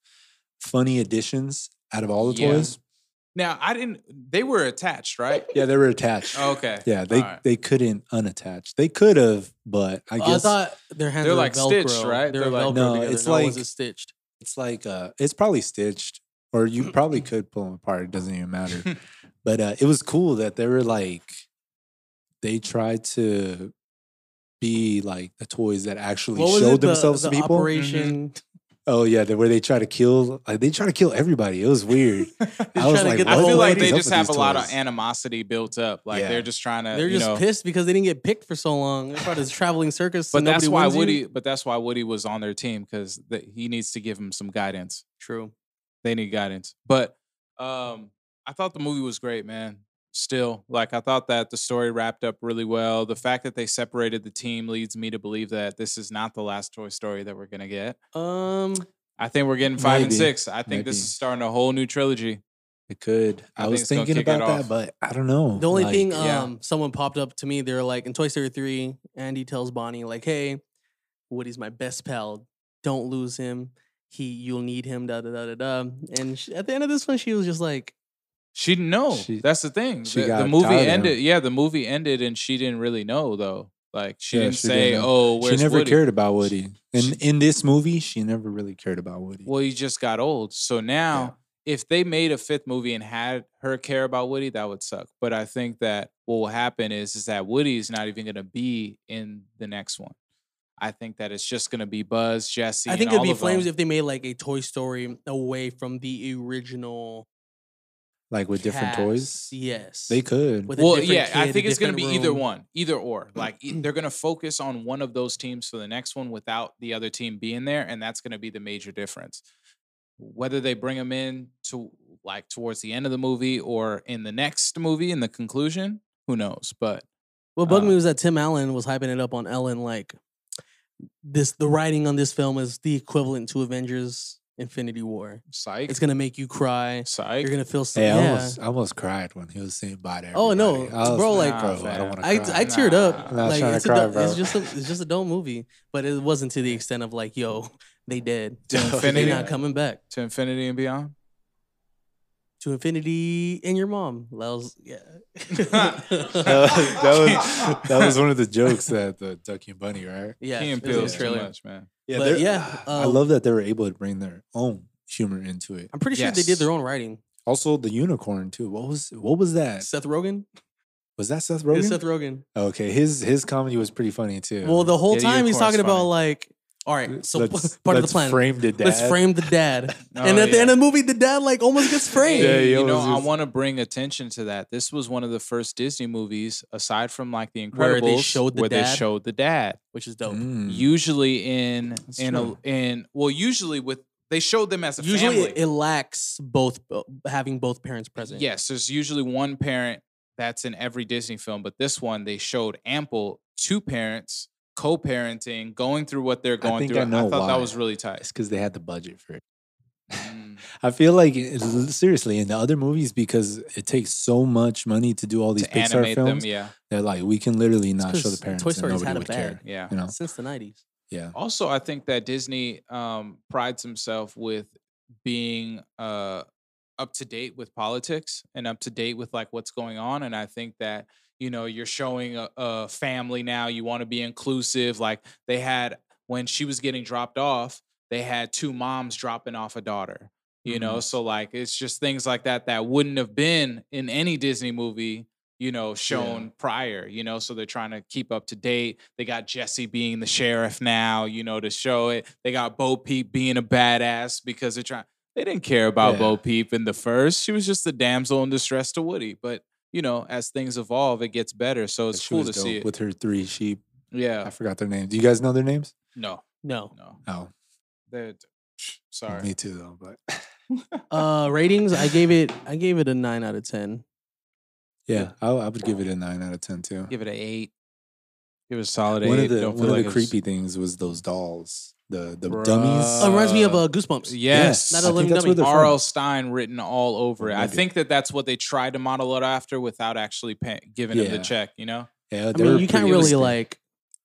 S3: funny additions out of all the
S1: Yeah.
S3: toys.
S1: Now I didn't. They were attached, right?
S3: Yeah, they were attached.
S2: Oh,
S1: Okay.
S3: Yeah, they
S1: All right.
S3: they couldn't unattach. They could have, but I
S2: I,
S3: guess
S2: thought their hands
S1: They're
S2: were
S1: like
S2: Velcro.
S1: stitched, right?
S2: They're,
S1: They're like-
S2: Velcro
S3: No,
S2: together.
S3: it's
S2: No, it
S3: like-
S2: wasn't stitched.
S3: it's like uh, it's probably stitched, or you probably could pull them apart. It doesn't even matter. but uh, it was cool that they were like they tried to be like the toys that actually
S2: What was
S3: showed
S2: it? The-
S3: themselves
S2: the
S3: to people.
S2: Operation.
S1: Mm-hmm.
S3: Oh yeah, the, where they try to kill like they try to kill everybody. It was weird. I was
S2: trying to
S3: like,
S2: get the
S1: I feel
S3: what
S2: whole
S3: the
S1: like
S3: heck
S1: they
S3: is up
S1: just
S3: with
S1: have a
S3: these
S1: lot of
S3: toys?
S1: animosity built up. Like
S3: Yeah.
S1: they're just trying to,
S2: They're
S1: Uh, you
S2: just
S1: know.
S2: pissed because they didn't get picked for so long. They're part of this traveling circus.
S1: But
S2: and
S1: that's
S2: nobody
S1: why
S2: wins you.
S1: Woody. But that's why Woody was on their team because he needs to give him some guidance.
S2: True.
S1: They need guidance. But um, I thought the movie was great, man. Still, like I thought that the story wrapped up really well. The fact that they separated the team leads me to believe that this is not the last Toy Story that we're gonna get.
S2: Um,
S1: I think we're getting five and
S3: Maybe.
S1: six. I think this
S3: Maybe.
S1: is starting a whole new trilogy.
S3: It could.
S1: I
S3: I,
S1: think
S3: was
S1: it's gonna
S3: thinking
S1: kick it
S3: about that,
S1: off.
S3: but I don't know.
S2: the only
S3: Like,
S2: thing, um,
S1: yeah.
S2: someone popped up to me. They're like in Toy Story three. Andy tells Bonnie like, "Hey, Woody's my best pal. Don't lose him. He, you'll need him." Da da da da da. And she, at the end of this one, she was just like,
S1: She didn't know.
S3: She-
S1: That's the thing.
S3: she
S1: the, the
S3: got
S1: movie
S3: tired of him.
S1: ended. Yeah, the movie ended, and she didn't really know though. Like she
S3: Yeah,
S1: didn't
S3: she
S1: say,
S3: didn't know.
S1: "Oh, where's
S3: she never
S1: Woody?"
S3: cared about Woody. And in this movie, she never really cared about Woody.
S1: Well, he just got old. So now, if they made a fifth movie and had her care about Woody, that would suck. But I think that what will happen is is that Woody is not even going to be in the next one. I think that it's just going to be Buzz, Jesse.
S2: "I
S1: and
S2: think it'd
S1: all
S2: be
S1: of them.
S2: flames if they made like a Toy Story away from the original
S3: like with different
S2: cast.
S3: toys,
S2: Yes,
S3: they could.
S2: With a
S1: well,
S2: different
S1: yeah, I
S2: kid, a
S1: think it's going to be
S2: different
S1: either
S2: room.
S1: one, either or. Like e- they're going to focus on one of those teams for the next one without the other team being there, and that's going to be the major difference. Whether they bring them in to like towards the end of the movie or in the next movie in the conclusion, who knows? But
S2: What bugged me
S1: Uh,
S2: was that Tim Allen was hyping it up on Ellen like this. The writing on this film is the equivalent to Avengers: Infinity War.
S1: psych,
S2: It's gonna make you cry.
S1: psych.
S2: You're gonna feel so.
S3: Hey, I
S2: yeah.
S3: almost I almost cried when he was saying bye to
S2: Oh, no.
S3: everybody. I was
S2: Bro, like-
S3: bro, I
S1: Nah,
S3: don't want
S2: I,
S3: to cry.
S2: I teared up.
S1: Nah.
S3: Not
S2: like
S3: trying to
S2: it's,
S3: cry,
S2: a, dope- it's
S3: bro.
S2: just a it's just a dope movie, but it wasn't to the extent of like, yo, they dead.
S1: To
S2: They're
S1: infinity,
S2: not coming back
S1: to infinity and beyond.
S2: to infinity and your mom. Lels, yeah.
S3: that, was, that was one of the jokes at the Ducky and Bunny, right?
S2: yeah.
S1: Key and
S2: it was in
S1: Peele
S2: the
S1: is too
S2: trailer.
S1: much, man.
S3: Yeah,
S2: But
S3: they're-
S2: yeah,
S3: I
S2: um,
S3: love that they were able to bring their own humor into it.
S2: I'm pretty sure they did
S1: Yes.
S2: their own writing.
S3: Also, the unicorn too. What was what was that?
S2: Seth Rogen.
S3: Was that Seth
S2: It
S3: Rogen?
S2: was Seth Rogen.
S3: okay, his his comedy was pretty funny too.
S2: Well, the whole
S1: Yeah, the
S2: time he's
S1: unicorn's
S2: talking about
S1: funny.
S2: like, all right, so
S3: Let's-
S2: part of the
S3: let's
S2: plan.
S3: Frame the dad.
S2: Let's frame the dad. and
S1: Oh,
S2: at the
S1: yeah.
S2: end of the movie, the dad like almost gets framed.
S3: Yeah, he
S1: you know,
S3: always
S1: I
S3: is-
S1: want to bring attention to that. This was one of the first Disney movies, aside from like The Incredibles,
S2: Where they showed the
S1: where they
S2: dad?
S1: showed the dad.
S2: Which is
S1: Mm-hmm.
S2: dope.
S3: Mm.
S1: usually in
S3: That's
S1: in a,
S3: true.
S1: in well usually with they showed them as a
S2: Usually
S1: family
S2: it, it lacks both having both parents present.
S1: yes there's usually one parent that's in every disney film but this one they showed ample two parents co-parenting going through what they're going
S3: think
S1: through
S3: I know
S1: thought that
S3: why.
S1: was really tight
S3: It's because they had the budget for it.
S1: Mm.
S3: I feel like it- l- seriously in the other movies because it takes so much money to do all these
S1: to
S3: Pixar
S1: animate
S3: films.
S1: them yeah
S3: They're like we can literally not show
S2: 'cause
S3: the parents.
S2: Toy
S3: and
S2: Story's
S3: nobody
S2: had a
S3: would
S2: bad-
S3: care.
S1: yeah
S3: You know,
S2: Since the 90s.
S3: yeah.
S1: also i think that disney um prides himself with being uh up to date with politics and up to date with like what's going on and i think that you know you're showing a, a family now you want to be inclusive like they had when she was getting dropped off they had two moms dropping off a daughter you know so like it's just things like that that wouldn't have been in any disney movie you know shown prior you know so they're trying to keep up to date they got jesse being the sheriff now you know to show it they got bo peep being a badass because they're trying they didn't care about
S3: Yeah.
S1: bo peep in the first she was just the damsel in distress to woody but you know as things evolve it gets better so it's
S3: She
S1: cool
S3: was
S1: to see
S3: dope
S1: it
S3: with her three sheep. I
S1: yeah
S3: forgot their names. Do you guys know their names?
S1: no
S2: No.
S1: no
S3: No,
S1: they're sorry
S3: me too though. But
S2: Uh, ratings. I gave it. I gave it a nine out of ten.
S3: yeah, I, I would give it a nine out of ten too.
S1: Give it an eight. Give it a solid
S3: One
S1: eight.
S3: of the
S1: Don't feel
S3: one of
S1: like
S3: the
S1: it's-
S3: creepy things was those dolls, the the dummies.
S2: Uh, reminds me of
S1: Uh,
S2: uh, Goosebumps.
S1: Yes.
S2: Not
S3: I
S2: a
S3: think
S2: living
S3: that's where
S2: dummy.
S3: they're from.
S1: R.L. Stein written all over it. I
S3: Maybe.
S1: think that that's what they tried to model it after without actually pay, giving him the
S3: Yeah.
S1: check. You know,
S3: Yeah,
S2: I
S3: they
S2: mean,
S3: were
S2: you can't
S3: pretty
S2: really
S3: scary.
S2: like.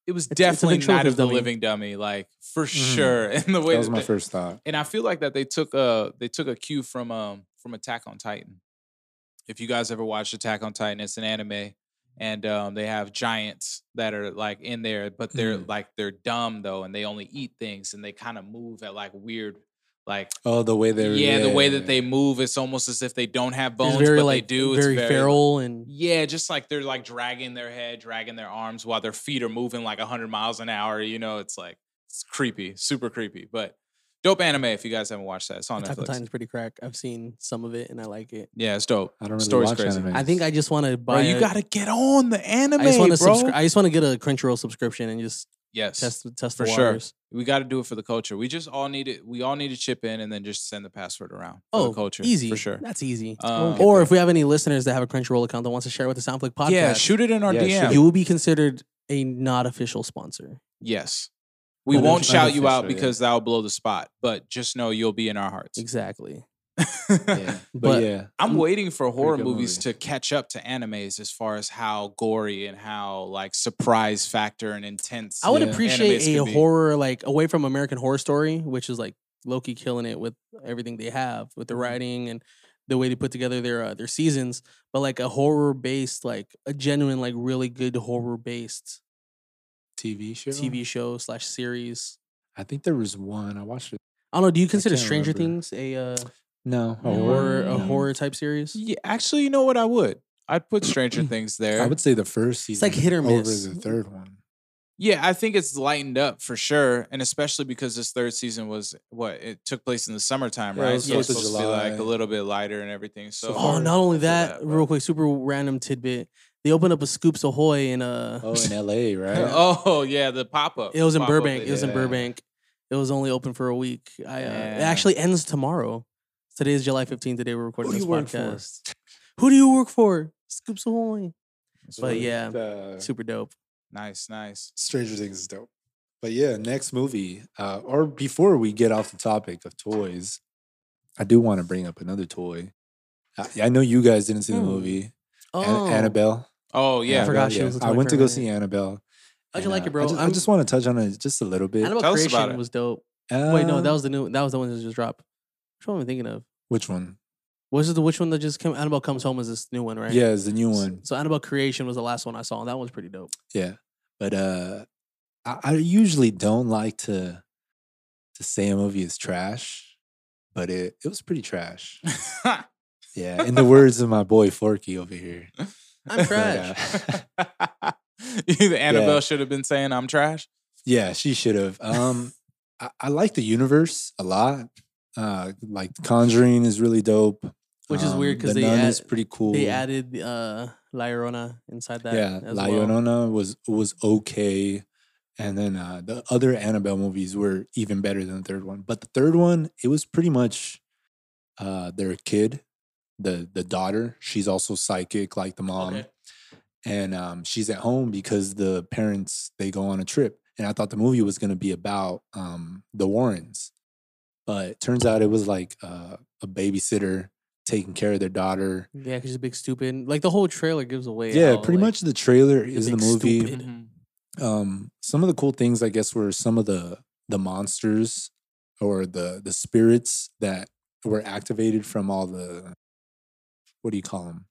S1: it was
S2: It's- it's a
S1: definitely Night of
S2: ventriloquist
S1: the
S2: dummy.
S1: Living Dummy, like for sure. And the way
S3: Mm-hmm. That was
S1: that
S3: my
S1: they-
S3: first thought.
S1: and I feel like that they took a they took a cue from um from Attack on Titan. If you guys ever watched Attack on Titan, it's an anime, and um, they have giants that are like in there, but they're
S3: Mm.
S1: like they're dumb though, and they only eat things, and they kind of move at like weird, like
S3: Oh, the way they were.
S1: yeah, the way that they move, it's almost as if they don't have bones,
S2: It's very
S1: but
S2: like
S1: they do.
S2: very
S1: it's very
S2: feral and
S1: yeah, just like they're like dragging their head, dragging their arms while their feet are moving like 100 miles an hour. You know, it's like it's creepy, super creepy, but dope anime if you guys haven't watched that. It's on
S2: Attack on
S1: Netflix.
S2: Titan's pretty crack. I've seen some of it and I like it.
S1: Yeah, it's dope.
S3: I don't really
S1: Story's
S3: watch
S1: crazy.
S3: anime.
S2: I think I just want to
S1: Bro,
S2: buy.
S1: you
S2: a-
S1: got to get on the anime,
S2: I just want to
S1: bro.
S2: subscribe. I just want to get a Crunchyroll subscription and just
S1: yes.
S2: test test
S1: for
S2: the
S1: sure.
S2: waters.
S1: we got to do it for the culture. We just all need it. We all need to chip in and then just send the password around. For
S2: Oh,
S1: the culture,
S2: easy
S1: for sure.
S2: That's easy.
S1: Um,
S3: get
S2: or
S3: there.
S2: if we have any listeners that have a Crunchyroll account that wants to share with the SoundClick podcast,
S1: yeah, shoot it in our
S3: Yeah, shoot
S1: DM.
S3: it.
S2: you will be considered a not official sponsor.
S1: Yes. We
S3: Unof-
S1: won't shout you out
S3: unofficial, yeah.
S1: because that'll blow the spot, but just know you'll be in our hearts.
S2: Exactly.
S3: Yeah. But,
S2: But-
S3: yeah,
S1: I'm waiting for horror
S3: good
S1: movies
S3: movie.
S1: to catch up to animes as far as how gory and how like surprise factor and intense.
S2: I would
S3: Yeah.
S2: appreciate
S1: Animes
S2: a
S1: could be.
S2: horror like away from American Horror Story, which is like Loki killing it with everything they have with
S1: Mm-hmm.
S2: the writing and the way they put together their uh, their seasons. But like a horror based, like a genuine, like really good horror based
S3: TV show.
S2: TV show slash series.
S3: I think there was one I watched. it.
S2: I don't know. Do you consider
S3: can't
S2: Stranger
S3: remember.
S2: Things a uh,
S3: No, Oh,
S2: a
S1: Mm.
S2: horror a
S1: Mm.
S2: horror type series?
S1: Yeah, actually, you know what? I would. I'd put Stranger Things there.
S3: I would say the first
S2: It's
S3: season.
S2: like hit or miss.
S3: Over the third one.
S1: Yeah, I think it's lightened up for sure, and especially because this third season was what it took place in the summertime,
S3: Yeah, it
S1: right?
S3: was
S1: so it's
S3: Fourth of
S1: supposed to be like a
S3: July.
S1: little bit lighter and everything. So,
S2: oh,
S3: far,
S2: not only
S1: I feel
S2: that,
S1: that,
S2: real
S1: but-
S2: quick, super random tidbit. They opened up a Scoops Ahoy in uh
S3: Oh, in L.A. Right?
S1: oh yeah, the pop up.
S2: It was in Burbank. It was in
S3: did.
S2: Burbank. It was only open for a week. I, uh, It
S1: Yeah.
S2: actually ends tomorrow. Today is July 15th. Today we're recording
S3: do
S2: this
S3: you work for?
S2: podcast. Who do you work for? Scoops Ahoy. But
S3: With,
S2: yeah,
S3: uh,
S2: Super dope.
S1: Nice, nice.
S3: Stranger Things is dope. But yeah, next movie, uh, or before we get off the topic of toys, I do want to bring up another toy. I, I know you guys didn't see the
S2: Hmm.
S3: movie, An-
S2: Oh,
S3: Annabelle.
S1: Oh
S2: I
S1: yeah,
S2: forgot she was a
S3: I
S2: toy for
S3: went to
S2: a
S3: go
S2: minute.
S3: see Annabelle.
S2: How'd you
S3: and,
S2: like
S3: uh,
S2: it, bro?
S3: I just, I
S2: I'm-
S3: just want to touch on it just a little bit.
S2: Animal
S1: Tell us about
S2: Creation
S1: it.
S2: was dope. Wait, no, that
S3: Uh,
S2: was the new. That was the one that just dropped. Which one am I thinking of?
S3: which one?
S2: Was it the which one that just came? Annabelle comes home is this new one, right?
S3: Yeah, it's the new one.
S2: So Annabelle Creation was the last one I saw, and that one's pretty dope.
S3: Yeah, but uh, I, I usually don't like to to say a movie is trash, but it it was pretty trash. Yeah, in the words of my boy Forky over here.
S2: I'm trash.
S3: trash.
S1: the Annabelle
S3: Yeah.
S1: should have been saying I'm trash.
S3: Yeah, she should have. Um, I, I like the universe a lot. Uh, like Conjuring is really dope.
S2: Which is weird
S3: Um,
S2: 'cause
S3: The
S2: they
S3: Nun
S2: add-
S3: is pretty cool.
S2: They added uh, La Llorona inside that.
S3: yeah,
S2: as
S3: La
S2: well.
S3: Llorona was was okay, and then uh, the other Annabelle movies were even better than the third one. But the third one, it was pretty much uh, their kid, the the daughter. She's also psychic, like the mom.
S2: Okay.
S3: and um, she's at home because the parents they go on a trip and i thought the movie was going to be about um, the warrens but it turns out it was like uh, a babysitter taking care of their daughter
S2: Yeah, because she's a big stupid. Like the whole trailer gives away.
S3: yeah
S2: how,
S3: pretty
S2: like-
S3: much the trailer is the
S2: big
S3: movie
S2: stupid-
S1: Mm-hmm.
S3: um, some of the cool things i guess were some of the the monsters or the the spirits that were activated from all the what do you call them?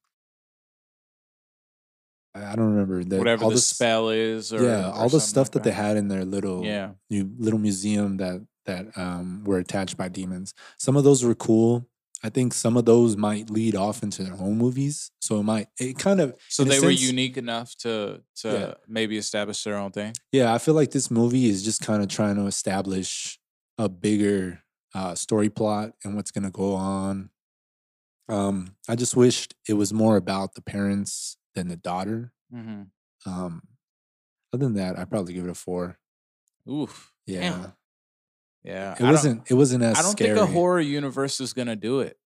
S3: I I don't remember the,
S1: whatever
S3: all
S1: the
S3: s-
S1: spell is, or
S3: yeah,
S1: or
S3: all the
S1: something
S3: stuff
S1: like
S3: that they had in their little
S1: Yeah,
S3: new little museum that that um, were attached by demons. Some of those were cool. I think some of those might lead off into their own movies. So it might it kind of
S1: so
S3: in a
S1: they were
S3: sense-
S1: unique enough to to
S3: Yeah.
S1: maybe establish their own thing.
S3: yeah. I feel like this movie is just kind of trying to establish a bigger uh, story plot and what's going to go on. Um, I just wished it was more about the parents than the daughter.
S1: Mm-hmm.
S3: Um, other than that, I probably give it a four.
S1: Oof.
S3: Yeah,
S1: Damn. Yeah,
S3: it
S1: I don't-
S3: wasn't. It wasn't as
S1: I don't
S3: scary.
S1: think a horror universe is gonna do it.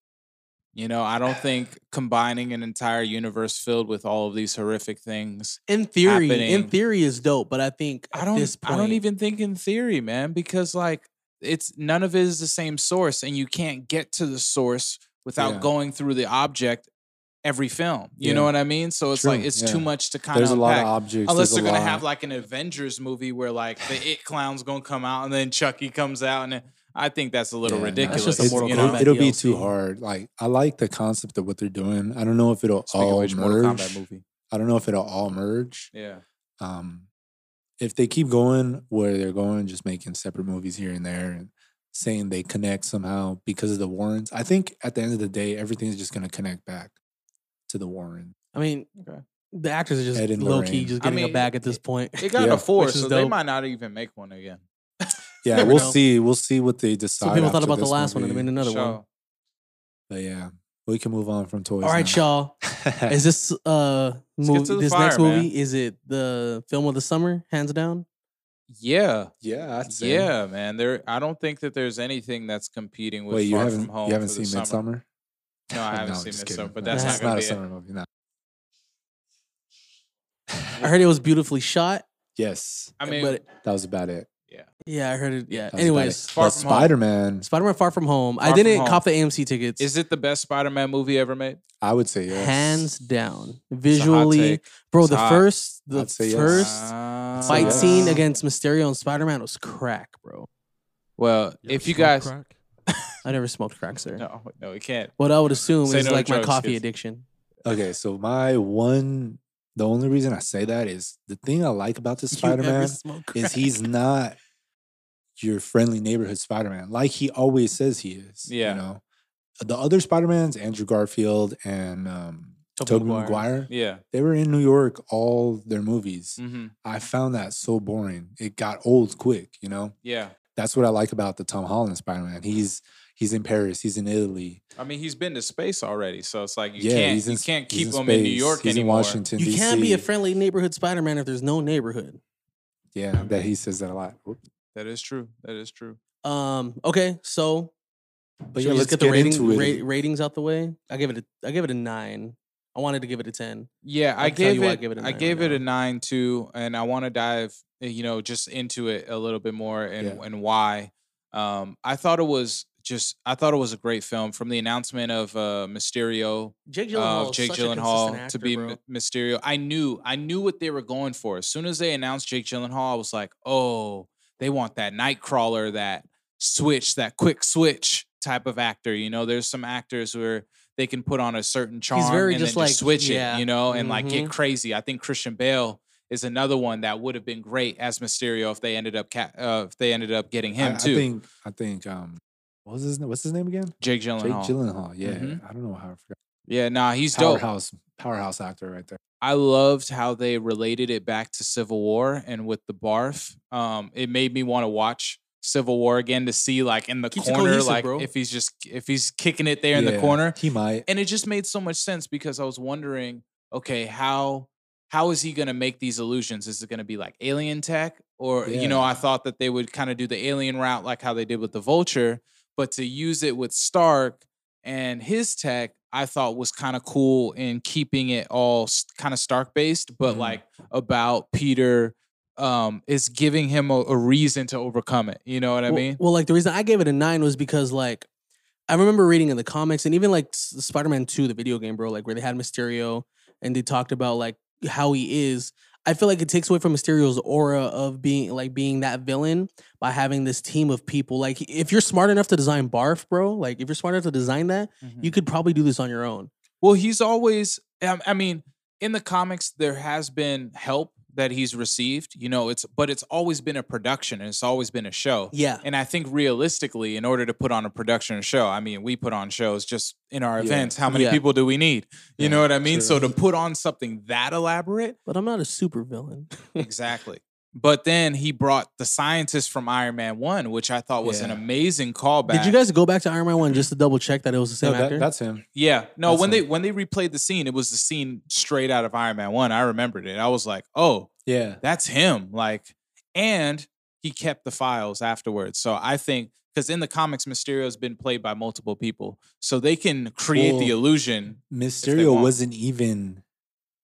S1: You know, I don't think combining an entire universe filled with all of these horrific things.
S2: In theory, in
S1: happening.
S2: theory is dope, but I think
S1: I
S2: at
S1: don't.
S2: This point,
S1: I don't even think in theory, man, because like it's none of it is the same source, and you can't get to the source without
S3: Yeah.
S1: going through the object every film. You know
S3: Yeah.
S1: what I mean? So it's like
S3: True,
S1: it's
S3: yeah.
S1: too much to kind
S3: There's
S1: of
S3: a lot
S1: unpack.
S3: of objects.
S1: Unless
S3: there's
S1: they're
S3: a
S1: gonna
S3: lot-
S1: have like an Avengers movie where like the it clown's gonna come out and then Chucky comes out and then- I think that's a little
S3: Yeah, no,
S1: ridiculous.
S2: just a
S3: it's-
S2: Mortal
S1: you
S3: it'll-
S1: know?
S2: Kombat
S3: It'll be too
S2: DLC.
S3: hard. Like I like the concept of what they're doing. I don't know if it'll
S1: Speaking of
S3: all
S1: which, Mortal Kombat
S3: merge.
S1: movie.
S3: I don't know if it'll all merge.
S1: Yeah.
S3: Um, if they keep going where they're going, just making separate movies here and there, and saying they connect somehow because of the Warrens, I think at the end of the day, everything's just gonna connect back to the Warren.
S2: I mean,
S1: Okay.
S2: the actors are
S3: Ed
S2: just
S3: and
S2: low key
S3: Lorraine.
S2: just
S1: I
S2: getting
S1: mean,
S2: a bag at this
S1: it-
S2: point.
S1: It got
S3: Yeah.
S1: a four,
S2: Which is
S1: so they
S2: dope.
S1: might not even make one again.
S3: Yeah,
S2: never
S3: we'll
S2: know.
S3: see. We'll see what they decide.
S2: So people thought
S3: after
S2: about the
S3: this
S2: last one and they
S3: movie.
S2: made another one.
S1: So,
S3: But yeah, we can move on from toys.
S2: All right,
S3: now.
S2: y'all. Is this uh
S1: Let's get
S2: movie?
S1: to the
S2: This next
S1: fire, man.
S2: movie is it the film of the summer? Hands down.
S1: Yeah,
S3: yeah, I'd say.
S1: yeah, man. There, I don't think that there's anything that's competing with
S3: Wait, you
S1: Far
S3: haven't
S1: From Home.
S3: you haven't
S1: for the
S3: seen
S1: summer.
S3: Midsummer?
S1: No, I haven't
S3: I'm
S1: seen
S3: just
S1: Midsommar,
S3: kidding.
S1: but that's
S3: No,
S2: not
S3: it's
S1: gonna
S3: not a
S1: be it.
S3: summer movie. No.
S2: I heard it was beautifully shot.
S3: yes,
S1: I mean,
S2: but
S3: that was about it.
S2: yeah, I heard it. Yeah.
S3: That was about
S2: Anyways,
S3: it.
S1: Far
S3: But
S1: From Home.
S3: Spider-Man,
S2: Spider Man Far From Home. I
S1: Far From
S2: didn't
S1: Home.
S2: cop the AMC tickets.
S1: is it the best Spider-Man movie ever made?
S3: I would say yes.
S2: hands
S1: It's
S2: down?
S1: a hot
S2: Visually,
S1: take.
S2: bro,
S1: It's
S2: the
S1: hot.
S2: first the
S3: I'd say yes.
S2: first
S1: Ah.
S2: fight scene
S3: yes.
S2: against Mysterio and Spider Man was crack, bro.
S1: Well,
S4: ever
S1: if you
S4: smoke
S1: guys,
S4: crack?
S2: I never smoked crack, sir.
S1: no, no, we can't.
S2: What I would assume
S1: Say
S2: is
S1: no to
S2: like my
S1: drugs,
S2: coffee
S1: kids.
S2: addiction.
S3: Okay, so my one, the only reason I say that is the thing I like about this
S2: You ever
S3: Spider-Man
S2: smoke crack?
S3: is he's not your friendly neighborhood Spider-Man, like he always says he is.
S1: Yeah.
S3: you know, the other Spider-Mans, Andrew Garfield and um,
S2: Tobey
S3: Tobey
S2: Maguire.
S3: Maguire,
S1: Yeah.
S3: they were in New York all their movies.
S1: hmm
S3: I found that so boring. It got old quick, you know.
S1: Yeah.
S3: That's what I like about the Tom Holland Spider-Man. He's he's in Paris, he's in Italy.
S1: I mean, he's been to space already, so it's like you
S3: yeah,
S1: can't
S3: he's in,
S1: you can't
S3: he's
S1: keep him in New
S3: space,
S1: York
S3: he's
S1: anymore.
S3: in Washington
S2: You
S3: DC.
S2: can't be a friendly neighborhood Spider Man if there's no neighborhood.
S3: Yeah, that he says that a lot. Whoop.
S1: That is true. That is true.
S2: Um. Okay. So,
S3: But
S2: should
S3: yeah,
S2: we
S3: let's
S2: just
S3: get,
S2: get the rating,
S3: into it.
S2: ra- ratings out the way. I give it. A, I give it a nine. I wanted to give it a ten.
S1: Yeah, I
S2: I'll tell you
S1: gave
S2: why I
S1: it.
S2: give it a
S1: I
S2: nine right
S1: gave it a
S2: now.
S1: nine too, and I want to dive, uh, you know, just into it a little bit more and
S3: Yeah.
S1: and why. Um, I thought it was just. I thought it was a great film from the announcement of uh, Mysterio
S2: Jake
S1: of
S2: Gyllenhaal. is
S1: Oh, Jake
S2: such a consistent
S1: Gyllenhaal to
S2: actor,
S1: be
S2: bro.
S1: M- Mysterio. I knew, I knew what they were going for. As soon as they announced Jake Gyllenhaal, I was like, oh, they want that Nightcrawler, that switch, that quick switch type of actor. You know, there's some actors where they can put on a certain charm
S2: very
S1: and
S2: just
S1: then
S2: like-
S1: just switch
S2: yeah,
S1: it, you know, and like
S2: mhm.
S1: get crazy. I think Christian Bale is another one that would have been great as Mysterio if they ended up ca- uh, if they ended up getting him
S3: I,
S1: too.
S3: I think I think um what was his name? What's his name again?
S1: Jake Gyllenhaal.
S3: Jake Gyllenhaal. Yeah.
S1: Mhm.
S3: I don't know how I forgot.
S1: Yeah, nah, he's dope.
S3: Powerhouse powerhouse actor right there.
S1: I loved how they related it back to Civil War and with the barf. Um, it made me want to watch Civil War again to see like in the
S2: Keeps it
S1: corner,
S2: cohesive,
S1: like
S2: bro.
S1: if he's just if he's kicking it there in the
S3: Yeah,
S1: corner.
S3: He might.
S1: And it just made so much sense because I was wondering, okay, how how is he gonna make these illusions? Is it gonna be like alien tech? Or you know,
S3: Yeah.
S1: I thought that they would kind of do the alien route like how they did with the vulture, but to use it with Stark and his tech, I thought was kind of cool in keeping it all kind of Stark based, but
S3: Mhm.
S1: like about Peter um is giving him a, a reason to overcome it. You know what I
S2: well,
S1: mean?
S2: well, like the reason I gave it a nine was because like I remember reading in the comics and even like Spider Man Two, the video game, bro, like where they had Mysterio and they talked about like how he is. I feel like it takes away from Mysterio's aura of being like being that villain by having this team of people. Like if you're smart enough to design Barf, bro, like if you're smart enough to design that,
S1: Mm-hmm.
S2: you
S1: Hmm.
S2: could probably do this on your own.
S1: Well, he's always. I I mean, in the comics, there has been help that he's received. You know, it's but it's always been a production and it's always been a show.
S2: Yeah.
S1: And I think realistically, in order to put on a production show, I mean, we put on shows just in our
S3: Yeah.
S1: events. How many
S2: Yeah.
S1: people do we need? You
S3: Yeah,
S1: know what I mean? So to
S3: true.
S1: put on something that elaborate,
S2: But I'm not a super villain.
S1: exactly. But then he brought the scientist from Iron Man One, which I thought was an
S3: Yeah.
S1: amazing callback.
S2: Did you guys go back to Iron Man 1 just to double check that it was the same
S3: Mm-hmm. No, that-
S2: actor?
S3: that's him.
S1: Yeah. No,
S3: That's
S1: when
S3: it.
S1: they when they replayed the scene, it was the scene straight out of Iron Man 1. I remembered it. I was like, "Oh,
S3: Yeah.
S1: that's him." Like and he kept the files afterwards. So I think cuz in the comics Mysterio's been played by multiple people, so they can create the
S3: Well,
S1: illusion.
S3: Mysterio
S1: want.
S3: wasn't even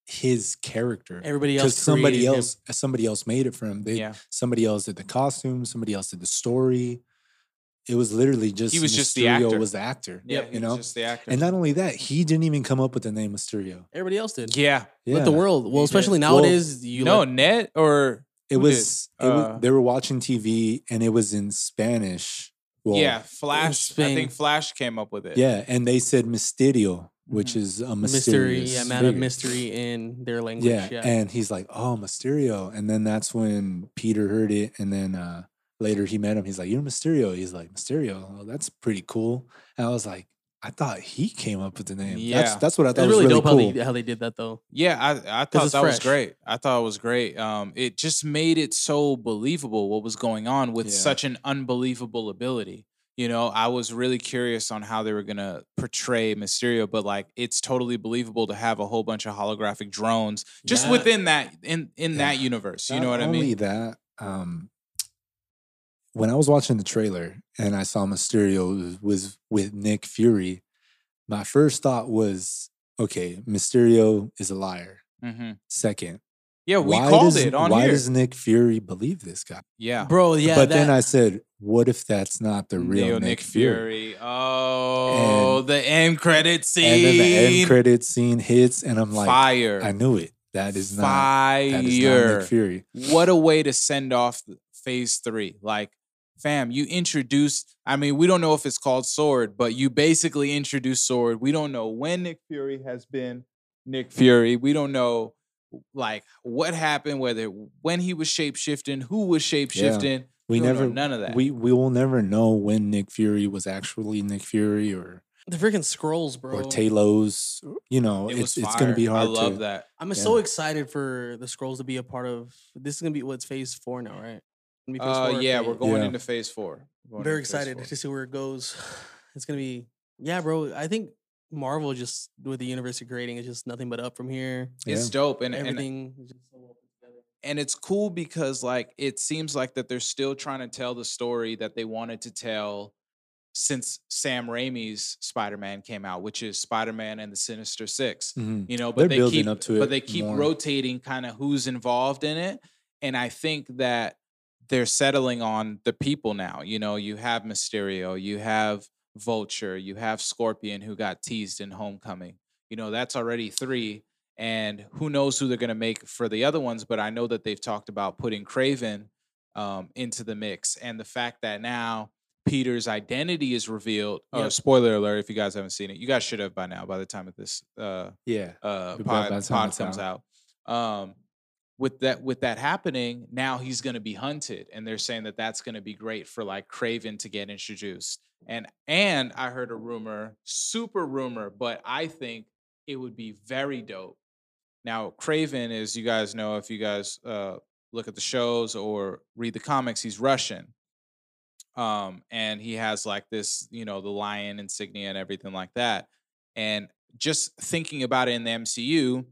S3: his character.
S2: Everybody else
S3: Because somebody
S2: created him.
S3: else, uh, somebody else made it for him. They,
S1: yeah.
S3: Somebody else did the costume. Somebody else did the story. It was literally just
S1: was just the
S3: Mysterio
S1: actor.
S3: Was the actor.
S1: Yeah, he
S3: you
S1: was
S3: know.
S1: just the actor.
S3: And not only that, he didn't even come up with the name Mysterio.
S2: Everybody else did.
S1: yeah.
S3: Yeah.
S2: Let the world. Well,
S1: did.
S2: especially
S3: Well,
S2: nowadays, you
S1: no,
S2: know.
S1: Ned or
S3: It
S1: Who did?
S3: was, it wa-
S1: Uh,
S3: they were watching TV and it was in Spanish. Well,
S1: yeah, Flash. I
S2: Spin.
S1: think Flash came up with it.
S3: Yeah, and they said Mysterio, which
S1: Mhm.
S3: is a
S2: mystery,
S3: mysterious
S2: yeah, man of
S3: figure.
S2: mystery in their language.
S3: Yeah,
S2: Yeah.
S3: and he's like, "Oh, Mysterio," and then that's when Peter heard it, and then uh, later he met him. He's like, "You're Mysterio." He's like, "Mysterio, well, that's pretty cool." And I was like, "I thought he came up with the name." that's,
S1: Yeah.
S3: that's what I
S2: it's
S3: thought
S2: really,
S3: was really
S2: dope
S3: cool.
S2: how, they, how they did that though.
S1: Yeah, I, I thought
S2: it's
S1: that was
S2: fresh.
S1: great. I thought it was great. Um, it just made it so believable what was going on with
S3: Yeah.
S1: such an unbelievable ability. You know, I was really curious on how they were gonna portray Mysterio, but like it's totally believable to have a whole bunch of holographic drones just
S2: Yeah.
S1: within that in in that
S3: Yeah.
S1: universe. You
S3: Not
S1: know what I
S3: Only
S1: mean?
S3: that, um, when I was watching the trailer and I saw Mysterio was, was with Nick Fury, my first thought was, "Okay, Mysterio is a liar."
S1: hmm
S3: Second,
S1: Yeah, we
S3: why
S1: called
S3: does-
S1: it on
S3: why
S1: here.
S3: does Nick Fury believe this guy?
S1: yeah,
S2: Bro, yeah.
S3: but then
S2: that-
S3: I said, what if that's not the real
S1: Neo
S3: Nick, Fury?
S1: Oh, the end credit scene.
S3: And then the end credit scene hits, and I'm like,
S1: fire.
S3: I knew it. That is not
S1: fire.
S3: that is not Nick Fury.
S1: what a way to send off th- phase three. Like, fam, you introduced, I mean, we don't know if it's called Sword, but you basically introduced Sword. We don't know when Nick Fury has been Nick Fury. We don't know, like, what happened, whether when he was shapeshifting, who was shapeshifting.
S3: We
S1: don't know
S3: never
S1: none of that.
S3: We we will never know when Nick Fury was actually Nick Fury or
S2: the freaking scrolls, bro.
S3: or Talos. You know,
S1: It
S3: it's
S1: was
S3: it's gonna
S1: fire.
S3: be hard.
S1: I love
S3: to,
S1: that.
S2: I'm so
S3: Yeah.
S2: excited for the scrolls to be a part of. This is gonna be what's phase four now, right? Gonna be phase
S1: Uh,
S2: four or
S1: yeah,
S2: phase
S1: we're
S2: eight?
S1: going
S3: Yeah.
S1: into phase four. We're going
S2: Very
S1: into phase
S2: excited
S1: four.
S2: to see where it goes. It's gonna be yeah, bro. I think Marvel just with the universe you're creating is just nothing but up from here.
S1: It's dope. And, and
S2: Everything is just so well put together.
S1: and it's cool because like it seems like that they're still trying to tell the story that they wanted to tell since Sam Raimi's Spider-Man came out, which is Spider-Man and the Sinister Six.
S3: Mhm.
S1: You know, but
S3: They're
S1: they
S3: building
S1: keep
S3: up to
S1: but
S3: it
S1: they keep
S3: more.
S1: rotating kind of who's involved in it, and I think that they're settling on the people now. You know, you have Mysterio, you have Vulture, you have Scorpion who got teased in Homecoming. You know, that's already three. And who knows who they're going to make for the other ones, but I know that they've talked about putting Craven um, into the mix. And the fact that now Peter's identity is revealed. Oh,
S2: Yep.
S1: spoiler alert if you guys haven't seen it. You guys should have by now, by the time of this uh,
S3: Yeah.
S1: uh,
S3: By-
S1: pod,
S3: by the time
S1: pod
S3: it's
S1: comes out. Um, with that with that happening, now he's going to be hunted, and they're saying that that's going to be great for like Craven to get introduced. And and I heard a rumor, super rumor, but I think it would be very dope. Now Craven, as you guys know, if you guys uh, look at the shows or read the comics, he's Russian. Um, and he has like this, you know, the lion insignia and everything like that. And just thinking about it in the MCU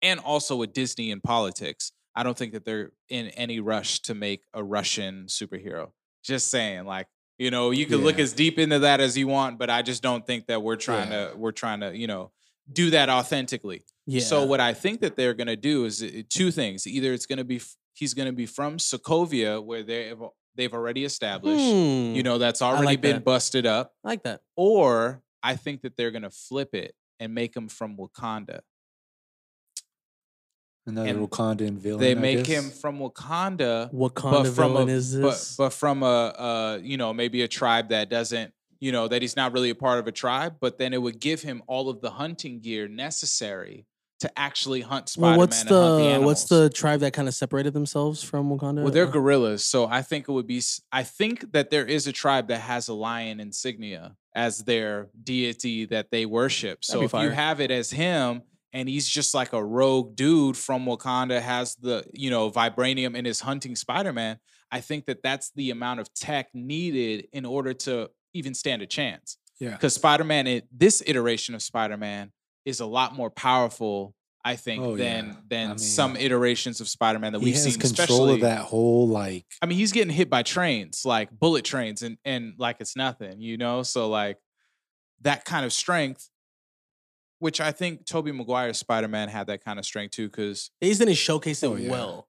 S1: and also with Disney and politics, I don't think that they're in any rush to make a Russian superhero. Just saying, like, you know, you can look
S3: Yeah.
S1: as deep into that as you want, but I just don't think that we're trying to we're trying to, you know, do that authentically.
S2: Yeah.
S1: So what I think that they're going to do is uh, two things. Either it's going to be f- he's going to be from Sokovia where they've they've already established,
S2: Hmm,
S1: you know, that's already
S2: like
S1: been
S2: that.
S1: busted up
S2: I like that.
S1: or I think that they're gonna flip it and make him from Wakanda.
S3: Another
S1: And
S3: Wakandan villain.
S1: They
S3: I
S1: make
S3: guess.
S1: him from Wakanda,
S2: What kind
S1: but
S2: of
S1: from
S2: villain
S1: a,
S2: is
S1: but
S2: this?
S1: but from a uh, you know maybe a tribe that doesn't you know that he's not really a part of a tribe, but then it would give him all of the hunting gear necessary to actually hunt Spider-Man
S2: well, what's
S1: and hunt the
S2: the
S1: animals.
S2: what's the tribe that kind of separated themselves from Wakanda?
S1: well, they're
S2: Uh,
S1: gorillas, so I think it would be. s- I think that there is a tribe that has a lion insignia as their deity that they worship. So
S2: be
S1: if you
S2: fire.
S1: have it as him, and he's just like a rogue dude from Wakanda, has the you know vibranium and is hunting Spider Man. I think that that's the amount of tech needed in order to even stand a chance.
S3: Yeah.
S1: Because Spider Man, this iteration of Spider Man is a lot more powerful. I think
S3: Oh, yeah.
S1: than than
S3: I
S1: some
S3: mean,
S1: iterations of Spider Man that
S3: He
S1: we've
S3: has
S1: seen,
S3: control
S1: especially
S3: of that whole like.
S1: I mean, he's getting hit by trains, like bullet trains, and and like it's nothing, you know. So like that kind of strength, which I think Toby Maguire's Spider Man had that kind of strength too, because
S2: they just didn't showcase it
S3: Oh, yeah.
S2: well.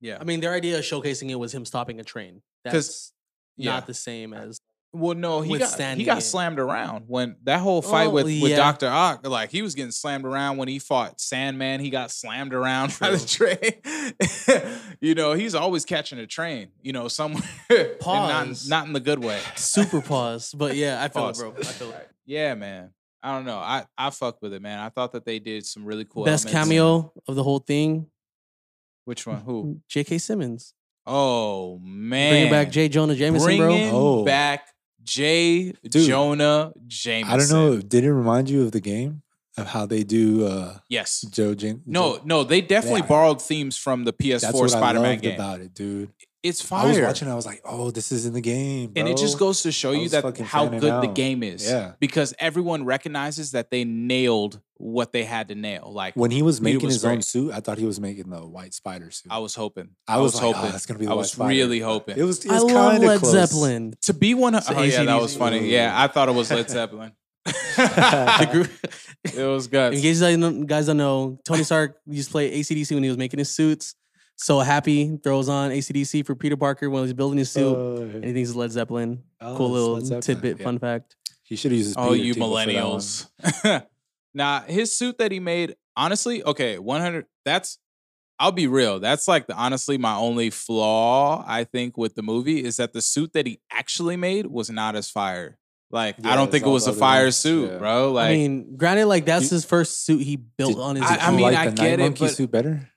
S1: yeah,
S2: I mean, their idea of showcasing it was him stopping a train.
S1: 'Cause-
S2: That's
S1: yeah.
S2: not the same as
S1: well, no, he got he
S2: withstanding
S1: got
S2: it.
S1: slammed around when that whole fight
S2: Oh,
S1: with with
S2: yeah.
S1: Doctor Ock, like he was getting slammed around when he fought Sandman. He got slammed around by the train. you know, he's always catching a train. You know, somewhere, and not
S2: Pause.
S1: not in the good way.
S2: super pause. But yeah, I feel
S1: Pause.
S2: it, bro. I feel it.
S1: Yeah, man. I don't know. I I fuck with it, man. I thought that they did some really cool.
S2: Best
S1: elements.
S2: cameo of the whole thing.
S1: Which one? Who?
S2: J.K. Simmons
S1: Oh man.
S2: bringing back J. Jonah Jameson,
S1: Bringing
S2: bro.
S3: Oh.
S1: back J.
S3: Dude.
S1: Jonah Jameson.
S3: I don't know. Did it remind you of the game of how they do uh
S1: Yes.
S3: Joe? Jin-
S1: No, no. They definitely
S3: Yeah.
S1: borrowed themes from the
S3: That's
S1: PS4
S3: what I
S1: Spider-Man
S3: loved
S1: game.
S3: about it, dude.
S1: It's
S3: I was
S1: fire.
S3: watching. I was like, oh, this is in the game,
S1: and it just
S3: bro.
S1: goes to show
S3: I
S1: you
S3: was
S1: that
S3: fucking
S1: how
S3: fanning
S1: good the
S3: out.
S1: game is.
S3: Yeah.
S1: Because everyone recognizes that they nailed what they had to nail. Like
S3: When he was
S1: Dude, it
S3: making
S1: was
S3: his own
S1: great.
S3: suit, I thought he was making the white spider suit.
S1: I was hoping.
S3: I was like, oh,
S1: hoping.
S3: that's gonna be the
S1: I
S3: White
S1: was
S3: Spider.
S1: really hoping.
S3: It was. It
S2: I
S3: was
S2: love
S3: kind of
S2: Led
S3: close.
S2: Zepplen.
S1: To be one of
S2: So
S1: oh yeah, that
S2: AC/DC.
S1: was funny. Yeah, I thought it was Led Zeppelin. it
S2: The group-
S1: was
S2: In
S1: guts.
S2: case you guys don't- guys don't know, Tony Stark used to play ACDC when he was making his suits. So happy throws on ACDC for Peter Parker when he's building his suit. and he
S3: Uh,
S2: thinks it's Led Zeppelin.
S3: oh,
S2: cool
S3: it's
S2: little
S3: Led Zeppelin,
S2: tidbit,
S3: yeah.
S2: fun fact.
S3: He should have used his.
S1: Oh,
S3: Peter
S1: you
S3: too for that one.
S1: millennials. nah, his suit that he made, honestly, okay, 100 that's I'll be real. That's like the honestly my only flaw I think with the movie is that the suit that he actually made was not as fire. Like
S3: Yeah,
S1: I don't
S3: it's
S1: think it
S3: all
S1: was a
S3: the other
S1: fire
S3: ones,
S1: suit,
S3: yeah.
S1: bro. Like
S2: I mean, granted, like that's
S3: Did-
S2: his first suit he built
S3: Did-
S2: on his.
S3: did
S1: I- I
S3: you
S2: own.
S1: mean,
S3: like
S1: I
S3: the
S1: get
S3: Night
S1: it,
S3: Monkey
S1: but-
S3: suit better.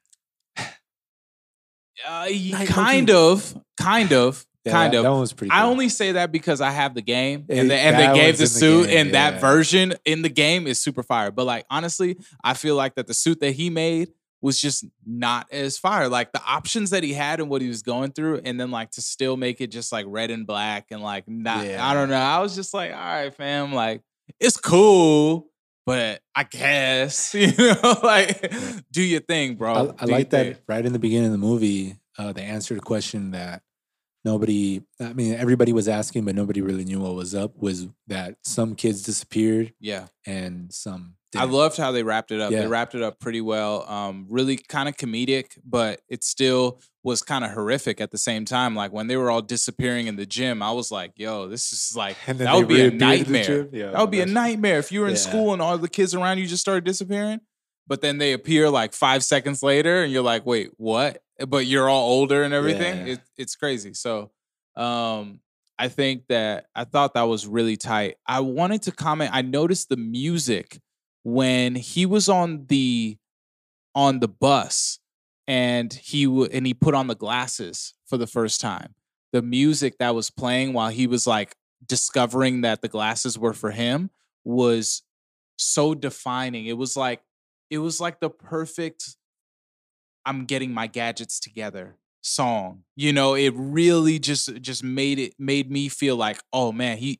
S1: uh, he-
S2: Night
S1: kind
S2: Monkey.
S1: of, kind of,
S3: Yeah,
S1: kind
S3: that,
S1: of.
S3: That one was pretty.
S1: I
S3: cool.
S1: only say that because I have the game,
S3: It-
S1: and, the, and
S3: that
S1: they gave
S3: one's
S1: the
S3: in the
S1: suit,
S3: game,
S1: and
S3: yeah.
S1: that version in the game is super fire. But like honestly, I feel like that the suit that he made was just not as fire. Like the options that he had and what he was going through, and then like to still make it just like red and black and like not. I
S3: Yeah.
S1: don't know. I was just like, all right, fam, like it's cool. But I guess you know, like, do your thing, bro.
S3: I, I
S1: Do your
S3: like that
S1: thing.
S3: right in the beginning of the movie, uh, they answered a question that nobody, I mean, everybody was asking, but nobody really knew what was up was that some kids disappeared
S1: Yeah,
S3: and some
S1: I
S3: didn't.
S1: loved how they wrapped it up. They
S3: Yeah.
S1: wrapped it up pretty well. Um, really kind of comedic, but it still was kind of horrific at the same time. Like when they were all disappearing in the gym, I was like, "Yo, this is like
S3: And then
S1: that
S3: they
S1: would be a
S3: reappeared at the
S1: nightmare.
S3: gym. Yeah,
S1: That would be a
S3: that's-
S1: nightmare if you were in
S3: Yeah.
S1: school and all the kids around you just started disappearing, but then they appear like five seconds later, and you're like, "Wait, what?" But you're all older and everything.
S3: Yeah.
S1: It, it's crazy. So, um, I think that I thought that was really tight. I wanted to comment. I noticed the music when he was on the on the bus and he w- and he put on the glasses for the first time. The music that was playing while he was like discovering that the glasses were for him was so defining. It was like it was like the perfect I'm getting my gadgets together song. You know, it really just just made it made me feel like, oh man, he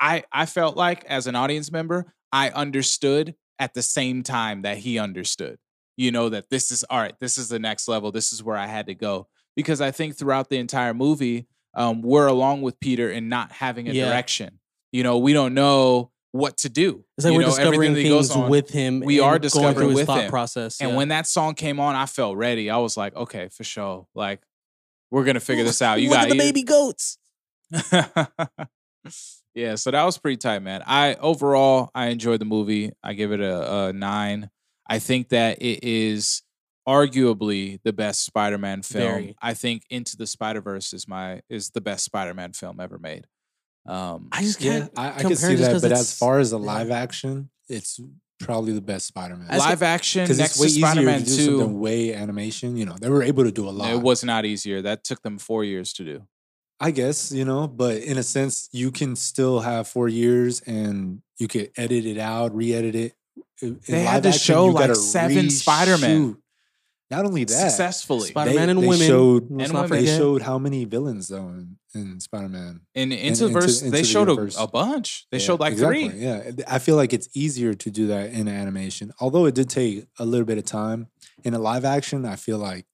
S1: I I felt like as an audience member, I understood at the same time that he understood. You know that this is all right, this is the next level. This is where I had to go because I think throughout the entire movie, um we're along with Peter and not having a
S2: Yeah.
S1: direction. You know, we don't know what to do.
S2: It's like
S1: you
S2: we're
S1: know,
S2: discovering
S1: everything that he goes
S2: things
S1: on.
S2: with him.
S1: We are
S2: and
S1: discovering
S2: going through his
S1: with
S2: thought
S1: him.
S2: process.
S1: And
S2: yeah.
S1: when that song came on, I felt ready. I was like, okay, for sure. Like, we're gonna figure this out. You
S2: Look
S1: got
S2: at the baby goats.
S1: yeah, so that was pretty tight, man. I overall I enjoyed the movie. I give it a, a nine. I think that it is arguably the best Spider-Man film.
S2: Very.
S1: I think Into the Spider-Verse is my is the best Spider-Man film ever made. Um,
S2: I just
S3: Yeah,
S2: can't.
S3: I, I
S2: compare
S3: can see
S2: just
S3: that.
S2: 'cause
S3: But
S2: it's-
S3: as far as the
S2: yeah.
S3: live action, it's probably the best Spider-Man.
S2: I-
S1: live action
S3: Because
S1: next
S3: it's way
S1: to
S3: easier
S1: Spider-Man
S3: to do something
S1: 2.
S3: way animation. You know, they were able to do a lot.
S1: It was not easier. That took them four years to do.
S3: I guess, you know, but in a sense, you can still have four years and you could edit it out, re-edit it. I- In
S1: They had to show,
S3: you
S1: like,
S3: gotta
S1: seven Spider-Man.
S3: reshoot. Not only that,
S1: Successfully.
S3: they-
S2: Spider-Man and
S3: they
S2: women.
S3: showed
S2: Let's
S1: And
S2: not
S1: women.
S3: they
S2: forget.
S3: showed how many villains though in, in Spider-Man.
S1: In
S3: Into-
S1: Into the Verse,
S3: Into
S1: they
S3: the
S1: showed
S3: Verse.
S1: a, a bunch. They
S3: Yeah,
S1: showed like
S3: exactly,
S1: three.
S3: Yeah, And I feel like it's easier to do that in animation, although it did take a little bit of time. In a live action, I feel like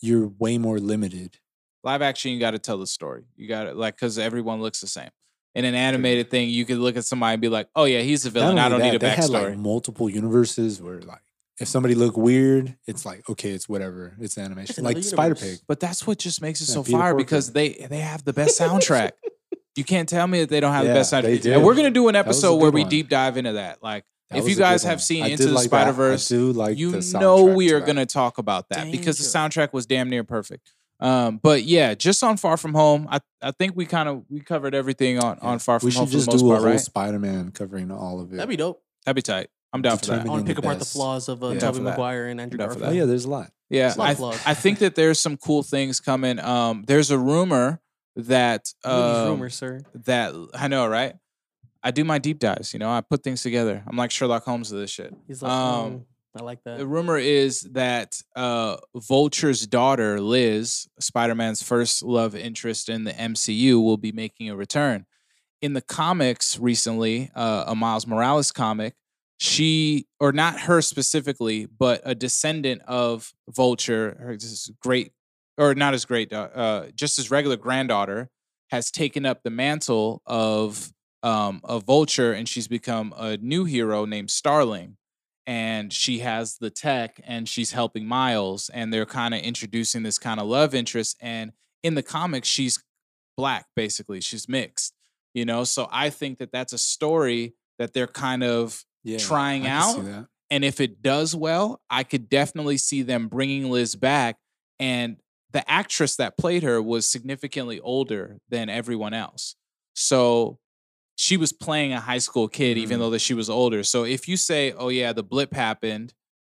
S3: you're way more limited.
S1: Live action, you got to tell the story. You got to like because everyone looks the same. In an animated thing, you could look at somebody and be like, "Oh yeah, he's a
S3: Not
S1: villain. I don't
S3: only
S1: need a
S3: that, They had like
S1: backstory."
S3: multiple universes where like if somebody looked weird, it's like okay, it's whatever, it's animation, like
S2: another
S3: Spider
S2: universe.
S3: Pig.
S1: but that's what just makes it
S3: Yeah,
S1: so
S3: Peter
S1: fire
S3: Porker.
S1: because they they have the best soundtrack. you can't tell me that they don't have the
S3: Yeah,
S1: best
S3: they
S1: soundtrack.
S3: do.
S1: And we're gonna do an
S3: That was a
S1: episode where
S3: good
S1: we
S3: one.
S1: deep dive into that. Like,
S3: That
S1: if
S3: was
S1: you
S3: a good
S1: guys have
S3: one.
S1: seen
S3: I
S1: Into
S3: did
S1: the
S3: like that. I
S1: Spider-Verse,
S3: do like
S1: you
S3: the
S1: know
S3: soundtrack
S1: we
S3: to
S1: are
S3: that.
S1: going to talk about that because the
S2: Danger.
S1: soundtrack was damn near perfect. Um, but yeah, just on Far From Home, I, I think we kind of we covered everything on,
S3: Yeah.
S1: on Far From
S3: We
S1: Home for
S3: should
S1: the
S3: just
S1: most
S3: do a
S1: part,
S3: whole
S1: right?
S3: Spider Man covering all of it.
S2: That'd be dope.
S1: That'd be tight. I'm down for that.
S2: I
S3: Determined.
S2: want to
S3: Finding
S2: pick
S3: the
S2: apart the
S3: best.
S2: flaws of uh,
S1: Yeah.
S2: Tobey
S1: For that.
S2: Maguire and Andrew
S1: Down for
S2: Garfield.
S3: oh yeah, there's a lot.
S1: Yeah, I,
S2: It's not
S1: th-
S2: plug.
S1: I think that there's some cool things coming. Um, there's a rumor that
S2: Look at these
S1: um,
S2: rumors, sir.
S1: that I know, right? I do my deep dives. You know, I put things together. I'm like Sherlock Holmes of this shit.
S2: He's like,
S1: um,
S2: um, I like
S1: The
S2: that.
S1: rumor is that uh, Vulture's daughter, Liz, Spider Man's first love interest in the MCU, will be making a return. In the comics recently, uh, a Miles Morales comic, she, or not her specifically, but a descendant of Vulture, her this great, or not his great, da- uh, just his regular granddaughter, has taken up the mantle of um, a Vulture and she's become a new hero named Starling and she has the tech and she's helping Miles and they're kind of introducing this kind of love interest and in the comics she's black basically she's mixed you know so I think that that's a story that they're kind of
S3: Yeah,
S1: Trying
S3: I can see
S1: out?
S3: that.
S1: and if it does well I could definitely see them bringing Liz back and the actress that played her was significantly older than everyone else so she was playing a high school kid even
S3: Mhm.
S1: though that she was older so if you say oh yeah the blip happened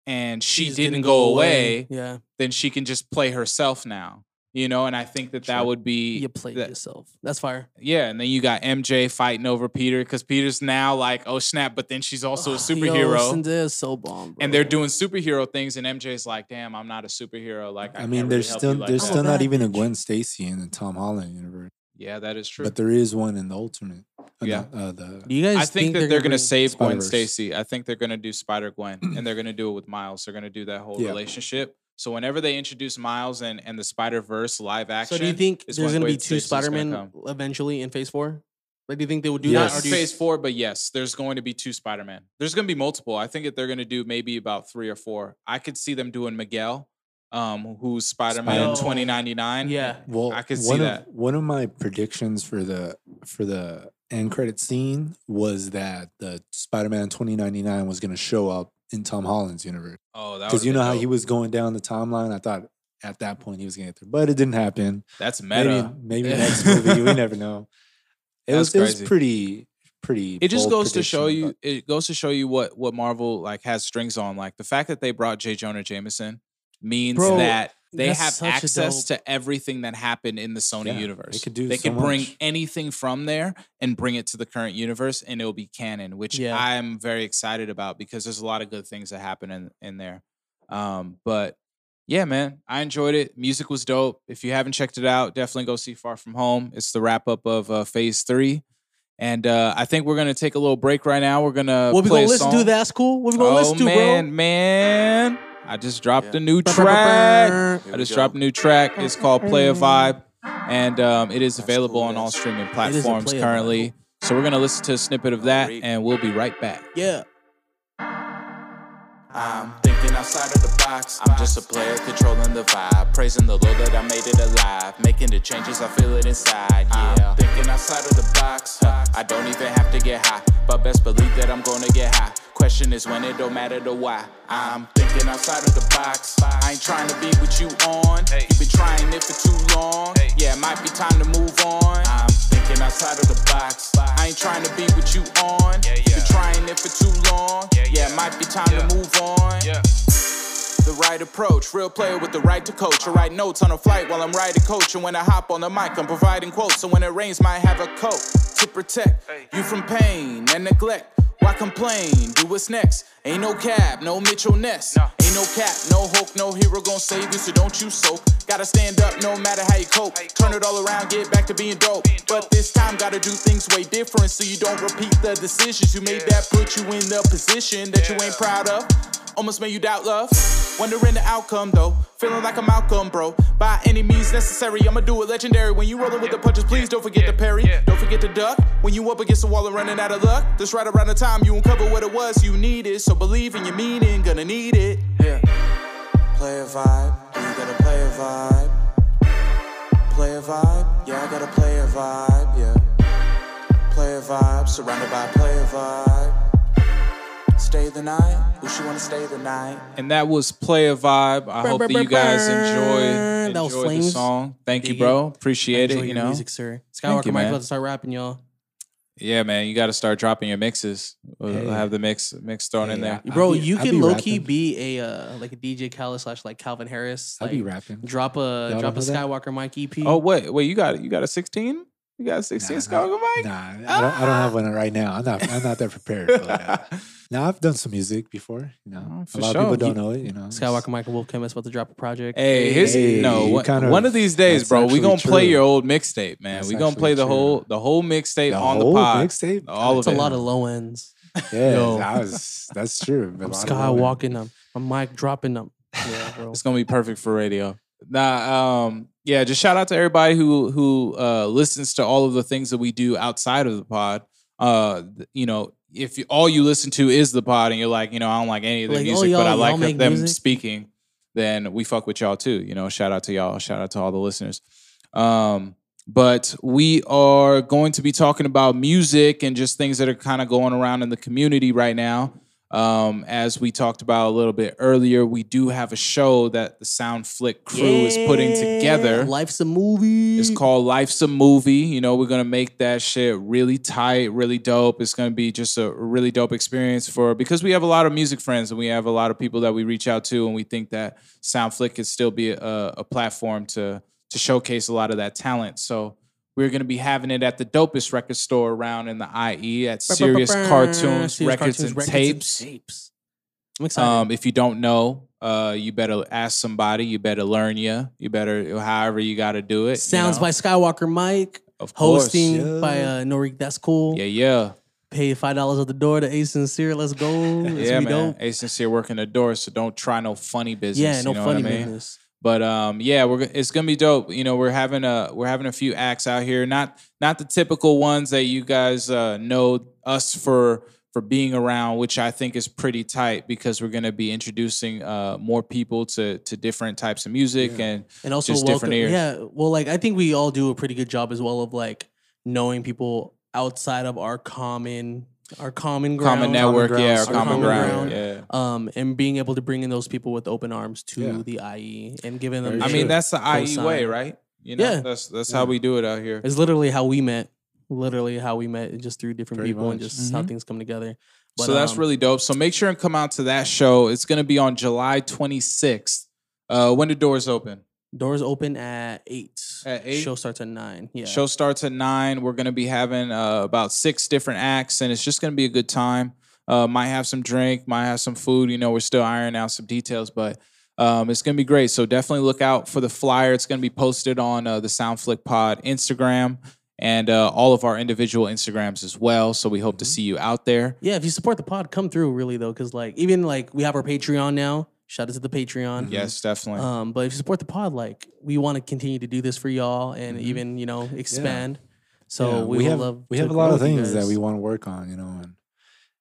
S1: and she
S2: These
S1: didn't, go away,
S2: Yeah,
S1: then she can just play herself now you know and i think that that
S3: Sure.
S1: would be
S2: you played
S1: that-
S2: yourself. That's fire.
S1: yeah and then you got mj fighting over peter because peter's now like oh snap but then she's also a
S2: Ugh,
S1: superhero
S2: Yo, Cindy is so bomb.
S1: and they're
S2: bro.
S1: doing superhero things and mj's like damn i'm not a superhero like i,
S3: I mean,
S1: can't
S3: there's
S1: really help you
S3: still
S1: like
S3: there's
S1: that."
S3: still not
S2: that
S3: even a
S2: bitch.
S3: Gwen Stacy in the Tom Holland universe,
S1: yeah that is true
S3: but there is one in the Ultimate. uh,
S1: Yeah.
S3: the- uh, the
S2: Do you guys
S1: I think, that they're, going to
S2: bring-
S1: save Gwen
S3: Spider-Verse.
S1: Stacy. I think they're going to do Spider Gwen, and they're going to do it with Miles. They're going to do that whole
S3: Yeah.
S1: relationship. So whenever they introduce Miles and and the Spider Verse live action,
S2: So do you think
S1: is
S2: there's
S1: when
S2: going to be
S1: Gwen
S2: two
S1: Stacy's gonna
S2: Spider-Man
S1: come.
S2: eventually in Phase Four? Like, do you think they would do
S1: Not
S3: Yes.
S2: that? Or do
S1: in
S2: you,
S1: Phase Four, but yes, there's going to be two Spider Man. There's going to be multiple. I think that they're going to do maybe about three or four. I could see them doing Miguel, um, who's Spider Man
S2: Spider-
S1: 2099.
S2: Yeah.
S3: well,
S1: I could see
S3: one
S1: that.
S3: Of, one of my predictions for the for the end credit scene was that the Spider-Man 2099 was going to show up in Tom Holland's universe
S1: Oh, that
S3: because you know how he was going down the timeline. I thought at that point he was going to get there, but it didn't happen.
S1: That's meta.
S3: Maybe,
S1: Yeah.
S3: maybe next movie, we never know. It
S1: That's
S3: was, it was
S1: crazy.
S3: pretty, pretty.
S1: it just
S3: bold
S1: goes to show
S3: prediction,
S1: you it goes to show you what what marvel like has strings on like the fact that they brought j jonah jameson means
S2: Bro,
S1: that they
S2: that's
S1: have
S2: such a
S1: access
S2: dope-
S1: to everything that happened in the sony
S3: Yeah, they
S1: universe
S3: could do
S1: they
S3: so
S1: could bring
S3: much.
S1: anything from there and bring it to the current universe and it'll be canon which
S2: Yeah.
S1: i'm very excited about because there's a lot of good things that happen in, in there um but yeah man i enjoyed it music was dope if you haven't checked it out definitely go see far from home it's the wrap up of uh, phase three and uh, I think we're gonna take a little break right now. We're gonna
S2: what we
S1: Uh, play
S2: gonna
S1: a
S2: listen to?
S1: song.
S2: That's cool. What we gonna
S1: oh
S2: listen to,
S1: man,
S2: bro?
S1: man! I just dropped
S5: Yeah.
S1: a new track.
S2: Track.
S1: I just dropped a new track. It's called "Play a Vibe," and um, it is available on all streaming
S2: is a
S1: platforms
S2: Play a Vibe.
S1: currently. So we're gonna listen to a snippet of that,
S5: Great.
S1: and we'll be right back.
S2: Yeah.
S5: I'm thinking outside of the box. I'm just a player controlling the vibe. Praising the Lord that I made it alive. Making the changes, I feel it inside. Yeah. I'm thinking outside of the box. huh. I don't even have to get high. But best believe that I'm gonna get high. Question is when it don't matter the why. I'm thinking
S1: thinking outside of the box. I ain't trying to be with you on. You been trying it for too long. Yeah, it might be time to move on. I'm thinking outside of the box. I ain't trying to be with you on. You been trying it for too long. Yeah, it might be time to move on. The right approach, real player with the right to coach. I write notes on a flight while I'm riding coach. And when I hop on the mic, I'm providing quotes. And when it rains, might have a coat to protect you from pain and neglect. Why complain? Do what's next. Ain't no cap, no Mitchell Ness. Ain't no cap, no hope, no hero gonna save you, so don't you soak. Gotta stand up no matter how you cope. Turn it all around, get back to being dope. But this time, gotta do things way different so you don't repeat the decisions you made that put you in the position that you ain't proud of. Almost made you doubt love. Wondering the outcome though. Feeling like a Malcolm, bro. By any means necessary, I'ma do it legendary. When you rolling with the punches, please don't forget to parry. Don't forget to duck. When you up against the wall and running out of luck, that's right around the time you uncover what it was you needed. So believe in your meaning, gonna need it. Yeah. Play a vibe, you gotta play a vibe. Play a vibe, yeah, I gotta play a vibe, yeah. Play a vibe, surrounded by play a vibe. Stay the night, wish you wanna stay the night.
S5: And that was Play a Vibe. I hope that you guys
S2: That
S5: enjoy,
S2: was
S5: enjoy the
S2: Flames.
S5: song. Thank you,
S2: Dig
S5: bro.
S2: I
S5: Appreciate
S2: enjoy
S5: it. You
S2: your
S5: know,
S2: music, sir.
S5: Thank
S2: Skywalker
S5: you,
S2: Mike's
S5: man.
S2: about to start rapping, y'all.
S5: yeah, man, you got to start dropping your mixes. We'll we'll have the mix mix thrown in
S3: Hey,
S5: there.
S3: I- I'll
S2: Bro,
S3: be-
S2: you
S3: I'll
S2: can
S3: be
S2: low key
S3: rapping.
S2: be a uh, like a DJ Khaled slash like Calvin Harris.
S3: I'll
S2: Like,
S3: be rapping.
S2: Drop a
S3: Y'all
S2: drop a
S3: don't know
S2: Skywalker Mike E EP.
S5: Oh wait, wait, you got you got a sixteen? You got a sixteen, Skywalker Mike?
S3: Nah, I don't, I don't have one right now. I'm not. I'm not that prepared. But, uh, now I've done some music before. You know,
S5: Oh, for
S3: a lot
S5: sure.
S3: of people don't
S5: You-
S3: know it. You know,
S2: Skywalker Mike and Wolf Kim is about to drop a project.
S5: Hey, here's
S3: Hey,
S5: no
S3: you
S5: one,
S3: kind of-
S5: one of these days,
S3: that's
S5: bro. We
S3: actually
S5: gonna play
S3: true.
S5: your old mixtape, man.
S3: That's
S5: we gonna play
S3: actually
S5: the
S3: true.
S5: whole the whole mixtape
S3: the
S5: on
S3: whole
S5: the pod.
S3: mixtape.
S5: All of
S2: it's a
S5: it.
S2: lot of low ends. Oh,
S3: Yeah,
S2: Yo.
S3: that was that's true. but
S2: I'm
S3: a lot of women-
S2: skywalking them. I'm mic dropping them. Yeah, bro.
S5: It's gonna be perfect for radio. Nah, um, yeah, just shout out to everybody who who uh, listens to all of the things that we do outside of the pod. Uh, th- you know, if you, all you listen to is the pod, and you're like, you know, I don't like any of the
S2: Like, oh,
S5: music, but
S2: y'all-
S5: I
S2: y'all
S5: like
S2: make
S5: them
S2: music?
S5: speaking, then we fuck with y'all too. You know, shout out to y'all, shout out to all the listeners. Um, but we are going to be talking about music and just things that are kind of going around in the community right now. Um, as we talked about a little bit earlier, we do have a show that the Sound Flick crew is putting together.
S2: Life's a movie.
S5: It's called Life's a Movie. You know, we're gonna make that shit really tight, really dope. It's gonna be just a really dope experience for because we have a lot of music friends and we have a lot of people that we reach out to, and we think that SoundFlick could still be a, a platform to to showcase a lot of that talent. So we're gonna be having it at the dopest record store around in the IE at Serious Cartoons
S2: Serious
S5: Records and Tapes.
S2: tapes. I'm excited.
S5: Um, if you don't know, uh, you better ask somebody. You better learn ya. You better, however you got to do it.
S2: Sounds
S5: you know?
S2: by Skywalker Mike.
S5: of course.
S2: Hosting
S3: yeah.
S2: by uh, Norik. That's cool.
S5: Yeah, yeah,
S2: Pay five dollars at the door to Ace Sincere. Let's go. It's
S5: yeah,
S2: gonna be
S5: man.
S2: dope.
S5: A sincere working the door, so don't try no funny business.
S2: Yeah, no
S5: you know
S2: funny
S5: what I mean?
S2: business.
S5: But um, yeah, we're go- it's gonna be dope. You know, we're having a we're having a few acts out here, not not the typical ones that you guys uh, know us for for being around, which I think is pretty tight because we're gonna be introducing uh, more people to to different types of music and
S2: and also
S5: just
S2: welcome,
S5: different ears.
S2: Yeah, well, like I think we all do a pretty good job as well of like knowing people outside of our common our common ground,
S5: common network,
S3: ground,
S5: yeah, or
S3: so-
S2: common
S5: common, ground,
S2: ground.
S5: yeah.
S2: um, and being able to bring in those people with open arms to
S3: Yeah.
S2: the IE and giving them.
S3: Very
S5: I
S2: the
S3: true.
S5: mean,
S2: shit.
S5: that's the IE way,
S2: Cosign.
S5: right? You know,
S2: Yeah.
S5: that's that's how we do it out here.
S2: it's literally how we met. Literally how we met, just through different
S3: Pretty
S2: people and
S3: much.
S2: just how things come together.
S5: Mm-hmm. so that's
S2: um,
S5: really dope. So make sure and come out to that show. It's going to be on July 26th. Uh, when do doors open?
S2: doors open at eight.
S5: At eight?
S2: show starts at nine. Yeah,
S5: Show starts at nine. We're going to be having uh, about six different acts, and it's just going to be a good time. Uh, might have some drink, might have some food. You know, we're still ironing out some details, but um, it's going to be great. So definitely look out for the flyer. It's going to be posted on uh, the Soundflick Pod Instagram and uh, all of our individual Instagrams as well. So we
S2: Mm-hmm.
S5: hope to see you out there.
S2: Yeah, if you support the pod, come through really though, because like even like we have our Patreon now. Shout out to the Patreon.
S5: Yes, definitely.
S2: Um, but if you support the pod, like we want to continue to do this for y'all and even you know expand. So
S3: Mm-hmm. Yeah,
S2: we, would
S3: have
S2: love.
S3: we
S2: to
S3: have a
S2: grow
S3: lot of
S2: with you
S3: things that
S2: guys.
S3: we want to work on. You know, and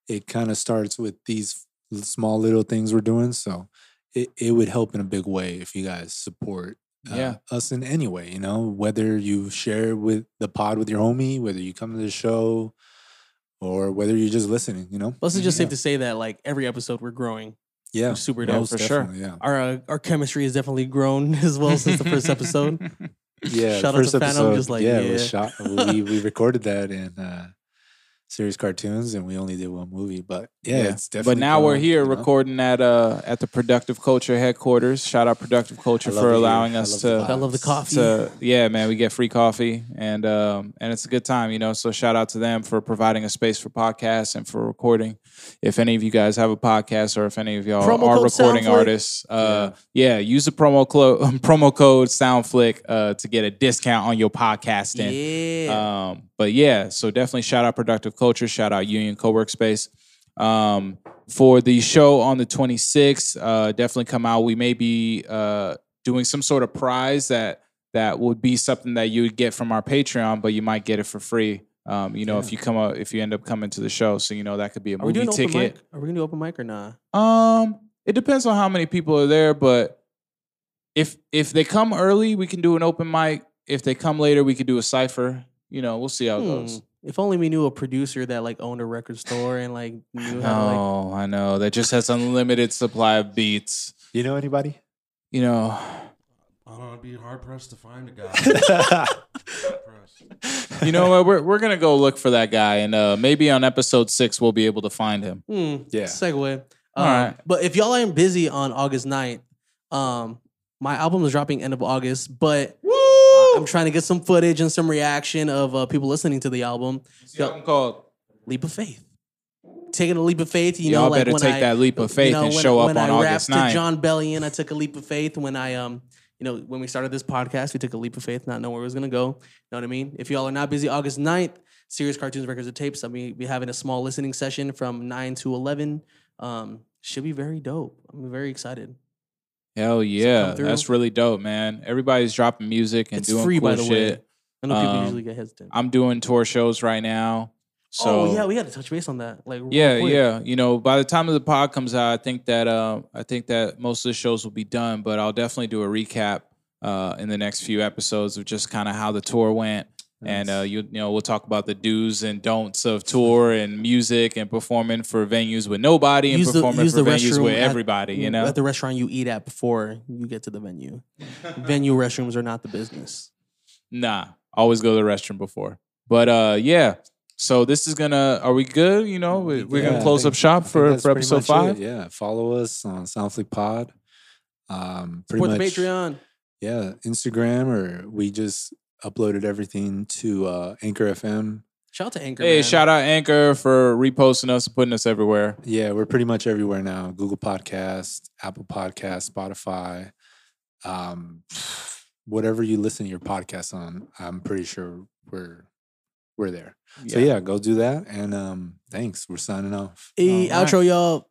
S3: it kind of starts with these l- small little things we're doing. So it it would help in a big way if you guys support. Uh,
S5: Yeah.
S3: us in any way, you know, whether you share with the pod with your homie, whether you come to the show, or whether you're just listening, you know.
S2: Plus, it's just
S3: Yeah.
S2: safe to say that like every episode we're growing.
S3: Yeah.
S2: super
S5: Yeah,
S2: dope.
S3: most
S5: for sure.
S3: definitely, Yeah.
S2: Our uh, our chemistry has definitely grown as well since the first episode.
S3: yeah,
S2: Shout out
S3: first
S2: to Phantom,
S3: episode,
S2: just like,
S3: yeah, it
S2: yeah.
S3: was shot. We we recorded that in uh series cartoons, and we only did one movie, but yeah,
S5: Yeah.
S3: it's definitely.
S5: But now we're
S3: grown,
S5: here
S3: you know?
S5: recording at uh at the Productive Culture headquarters. Shout out Productive Culture
S3: I love
S5: for
S3: it here.
S5: allowing
S3: I
S5: us
S3: love the
S2: I
S5: to
S2: love the
S3: vibes.
S2: coffee.
S5: to yeah, man, we get free coffee and um and it's a good time, you know. So shout out to them for providing a space for podcasts and for recording. If any of you guys have a podcast or if any of y'all
S2: Promo
S5: are
S2: code
S5: recording
S2: Soundflick.
S5: artists, uh yeah, use the promo clo- promo code Soundflick uh to get a discount on your podcasting.
S2: Yeah.
S5: Um, but yeah, so definitely shout out Productive Culture, shout out Union Cowork Space. Um, for the show on the 26th, uh, definitely come out. We may be uh, doing some sort of prize that that would be something that you would get from our Patreon, but you might get it for free. Um, you know, if you come up, if you end up coming to the show, so you know that could be a
S2: Are we
S5: movie
S2: doing open
S5: ticket.
S2: mic? Are we gonna do open mic or nah?
S5: Um, it depends on how many people are there, but if if they come early, we can do an open mic. If they come later, we could do a cipher. You know, we'll see how it
S2: Hmm.
S5: goes.
S2: If only we knew a producer that like owned a record store and like knew how to Hmm. like
S5: No, Oh, I know. That just has unlimited supply of beats.
S3: You know anybody?
S5: You know,
S4: I don't know. I'd be hard pressed to find a guy. Hard pressed.
S5: you know what? We're we're gonna go look for that guy, and uh, maybe on episode six we'll be able to find him.
S2: Hmm.
S3: Yeah.
S2: Segue.
S5: All
S2: Um,
S5: right.
S2: But if y'all ain't busy on August 9th, um, my album is dropping end of August, but I'm trying to get some footage and some reaction of uh, people listening to the album.
S5: See what I'm called.
S2: Leap of faith. Taking a leap of faith, you
S5: Y'all
S2: know, like
S5: better
S2: when
S5: take
S2: I,
S5: that leap of faith
S2: you know,
S5: and
S2: when-
S5: show up
S2: when
S5: on
S2: I
S5: August
S2: rapped
S5: 9th.
S2: to John Bellion, I took a leap of faith. When I um, you know, when we started this podcast, we took a leap of faith, not knowing where it was gonna go. You know what I mean? If y'all are not busy August 9th, Serious Cartoons Records and Tapes, I'll be, be having a small listening session from 9 to 11. Um, should be very dope. I'm very excited.
S5: Hell yeah,
S2: through.
S5: that's really dope, man. Everybody's dropping music and
S2: it's
S5: doing
S2: free,
S5: cool
S2: by the
S5: shit.
S2: way. I know people
S5: Um,
S2: usually get hesitant.
S5: I'm doing tour shows right now. So
S2: oh yeah, we had to touch base on that. Like real
S5: yeah,
S2: quick.
S5: yeah. You know, by the time of the pod comes out, I think that uh, I think that most of the shows will be done, but I'll definitely do a recap uh, in the next few episodes of just kind of how the tour went. And uh, you, you know, we'll talk about the do's and don'ts of tour and music and performing for venues with nobody and
S2: Use the-
S5: performing
S2: use
S5: for
S2: the
S5: venues
S2: restroom
S5: with
S2: at-
S5: everybody. you know,
S2: at the restaurant you eat at before you get to the venue. venue restrooms are not the business.
S5: Nah, always go to the restroom before. But uh, yeah. So this is gonna. Are we good? You know, we, we're
S3: Yeah,
S5: gonna
S3: I
S5: close up
S3: think- I
S5: shop
S3: think
S5: for,
S3: that's
S5: for
S3: pretty
S5: episode
S3: much it.
S5: five.
S3: Yeah, follow us on Soundflick Pod. Um, pretty
S2: Support the
S3: much,
S2: Patreon.
S3: yeah, Instagram or we just uploaded everything to uh, Anchor FM.
S2: Shout out to Anchor.
S5: Hey,
S2: man.
S5: shout out Anchor for reposting us, and putting us everywhere.
S3: Yeah, we're pretty much everywhere now. Google Podcast, Apple Podcast, Spotify, um, whatever you listen to your podcast on. I'm pretty sure we're we're there. So yeah, go do that. And um, thanks. We're signing off.
S2: Hey, Eh,
S5: All right.
S2: outro, y'all.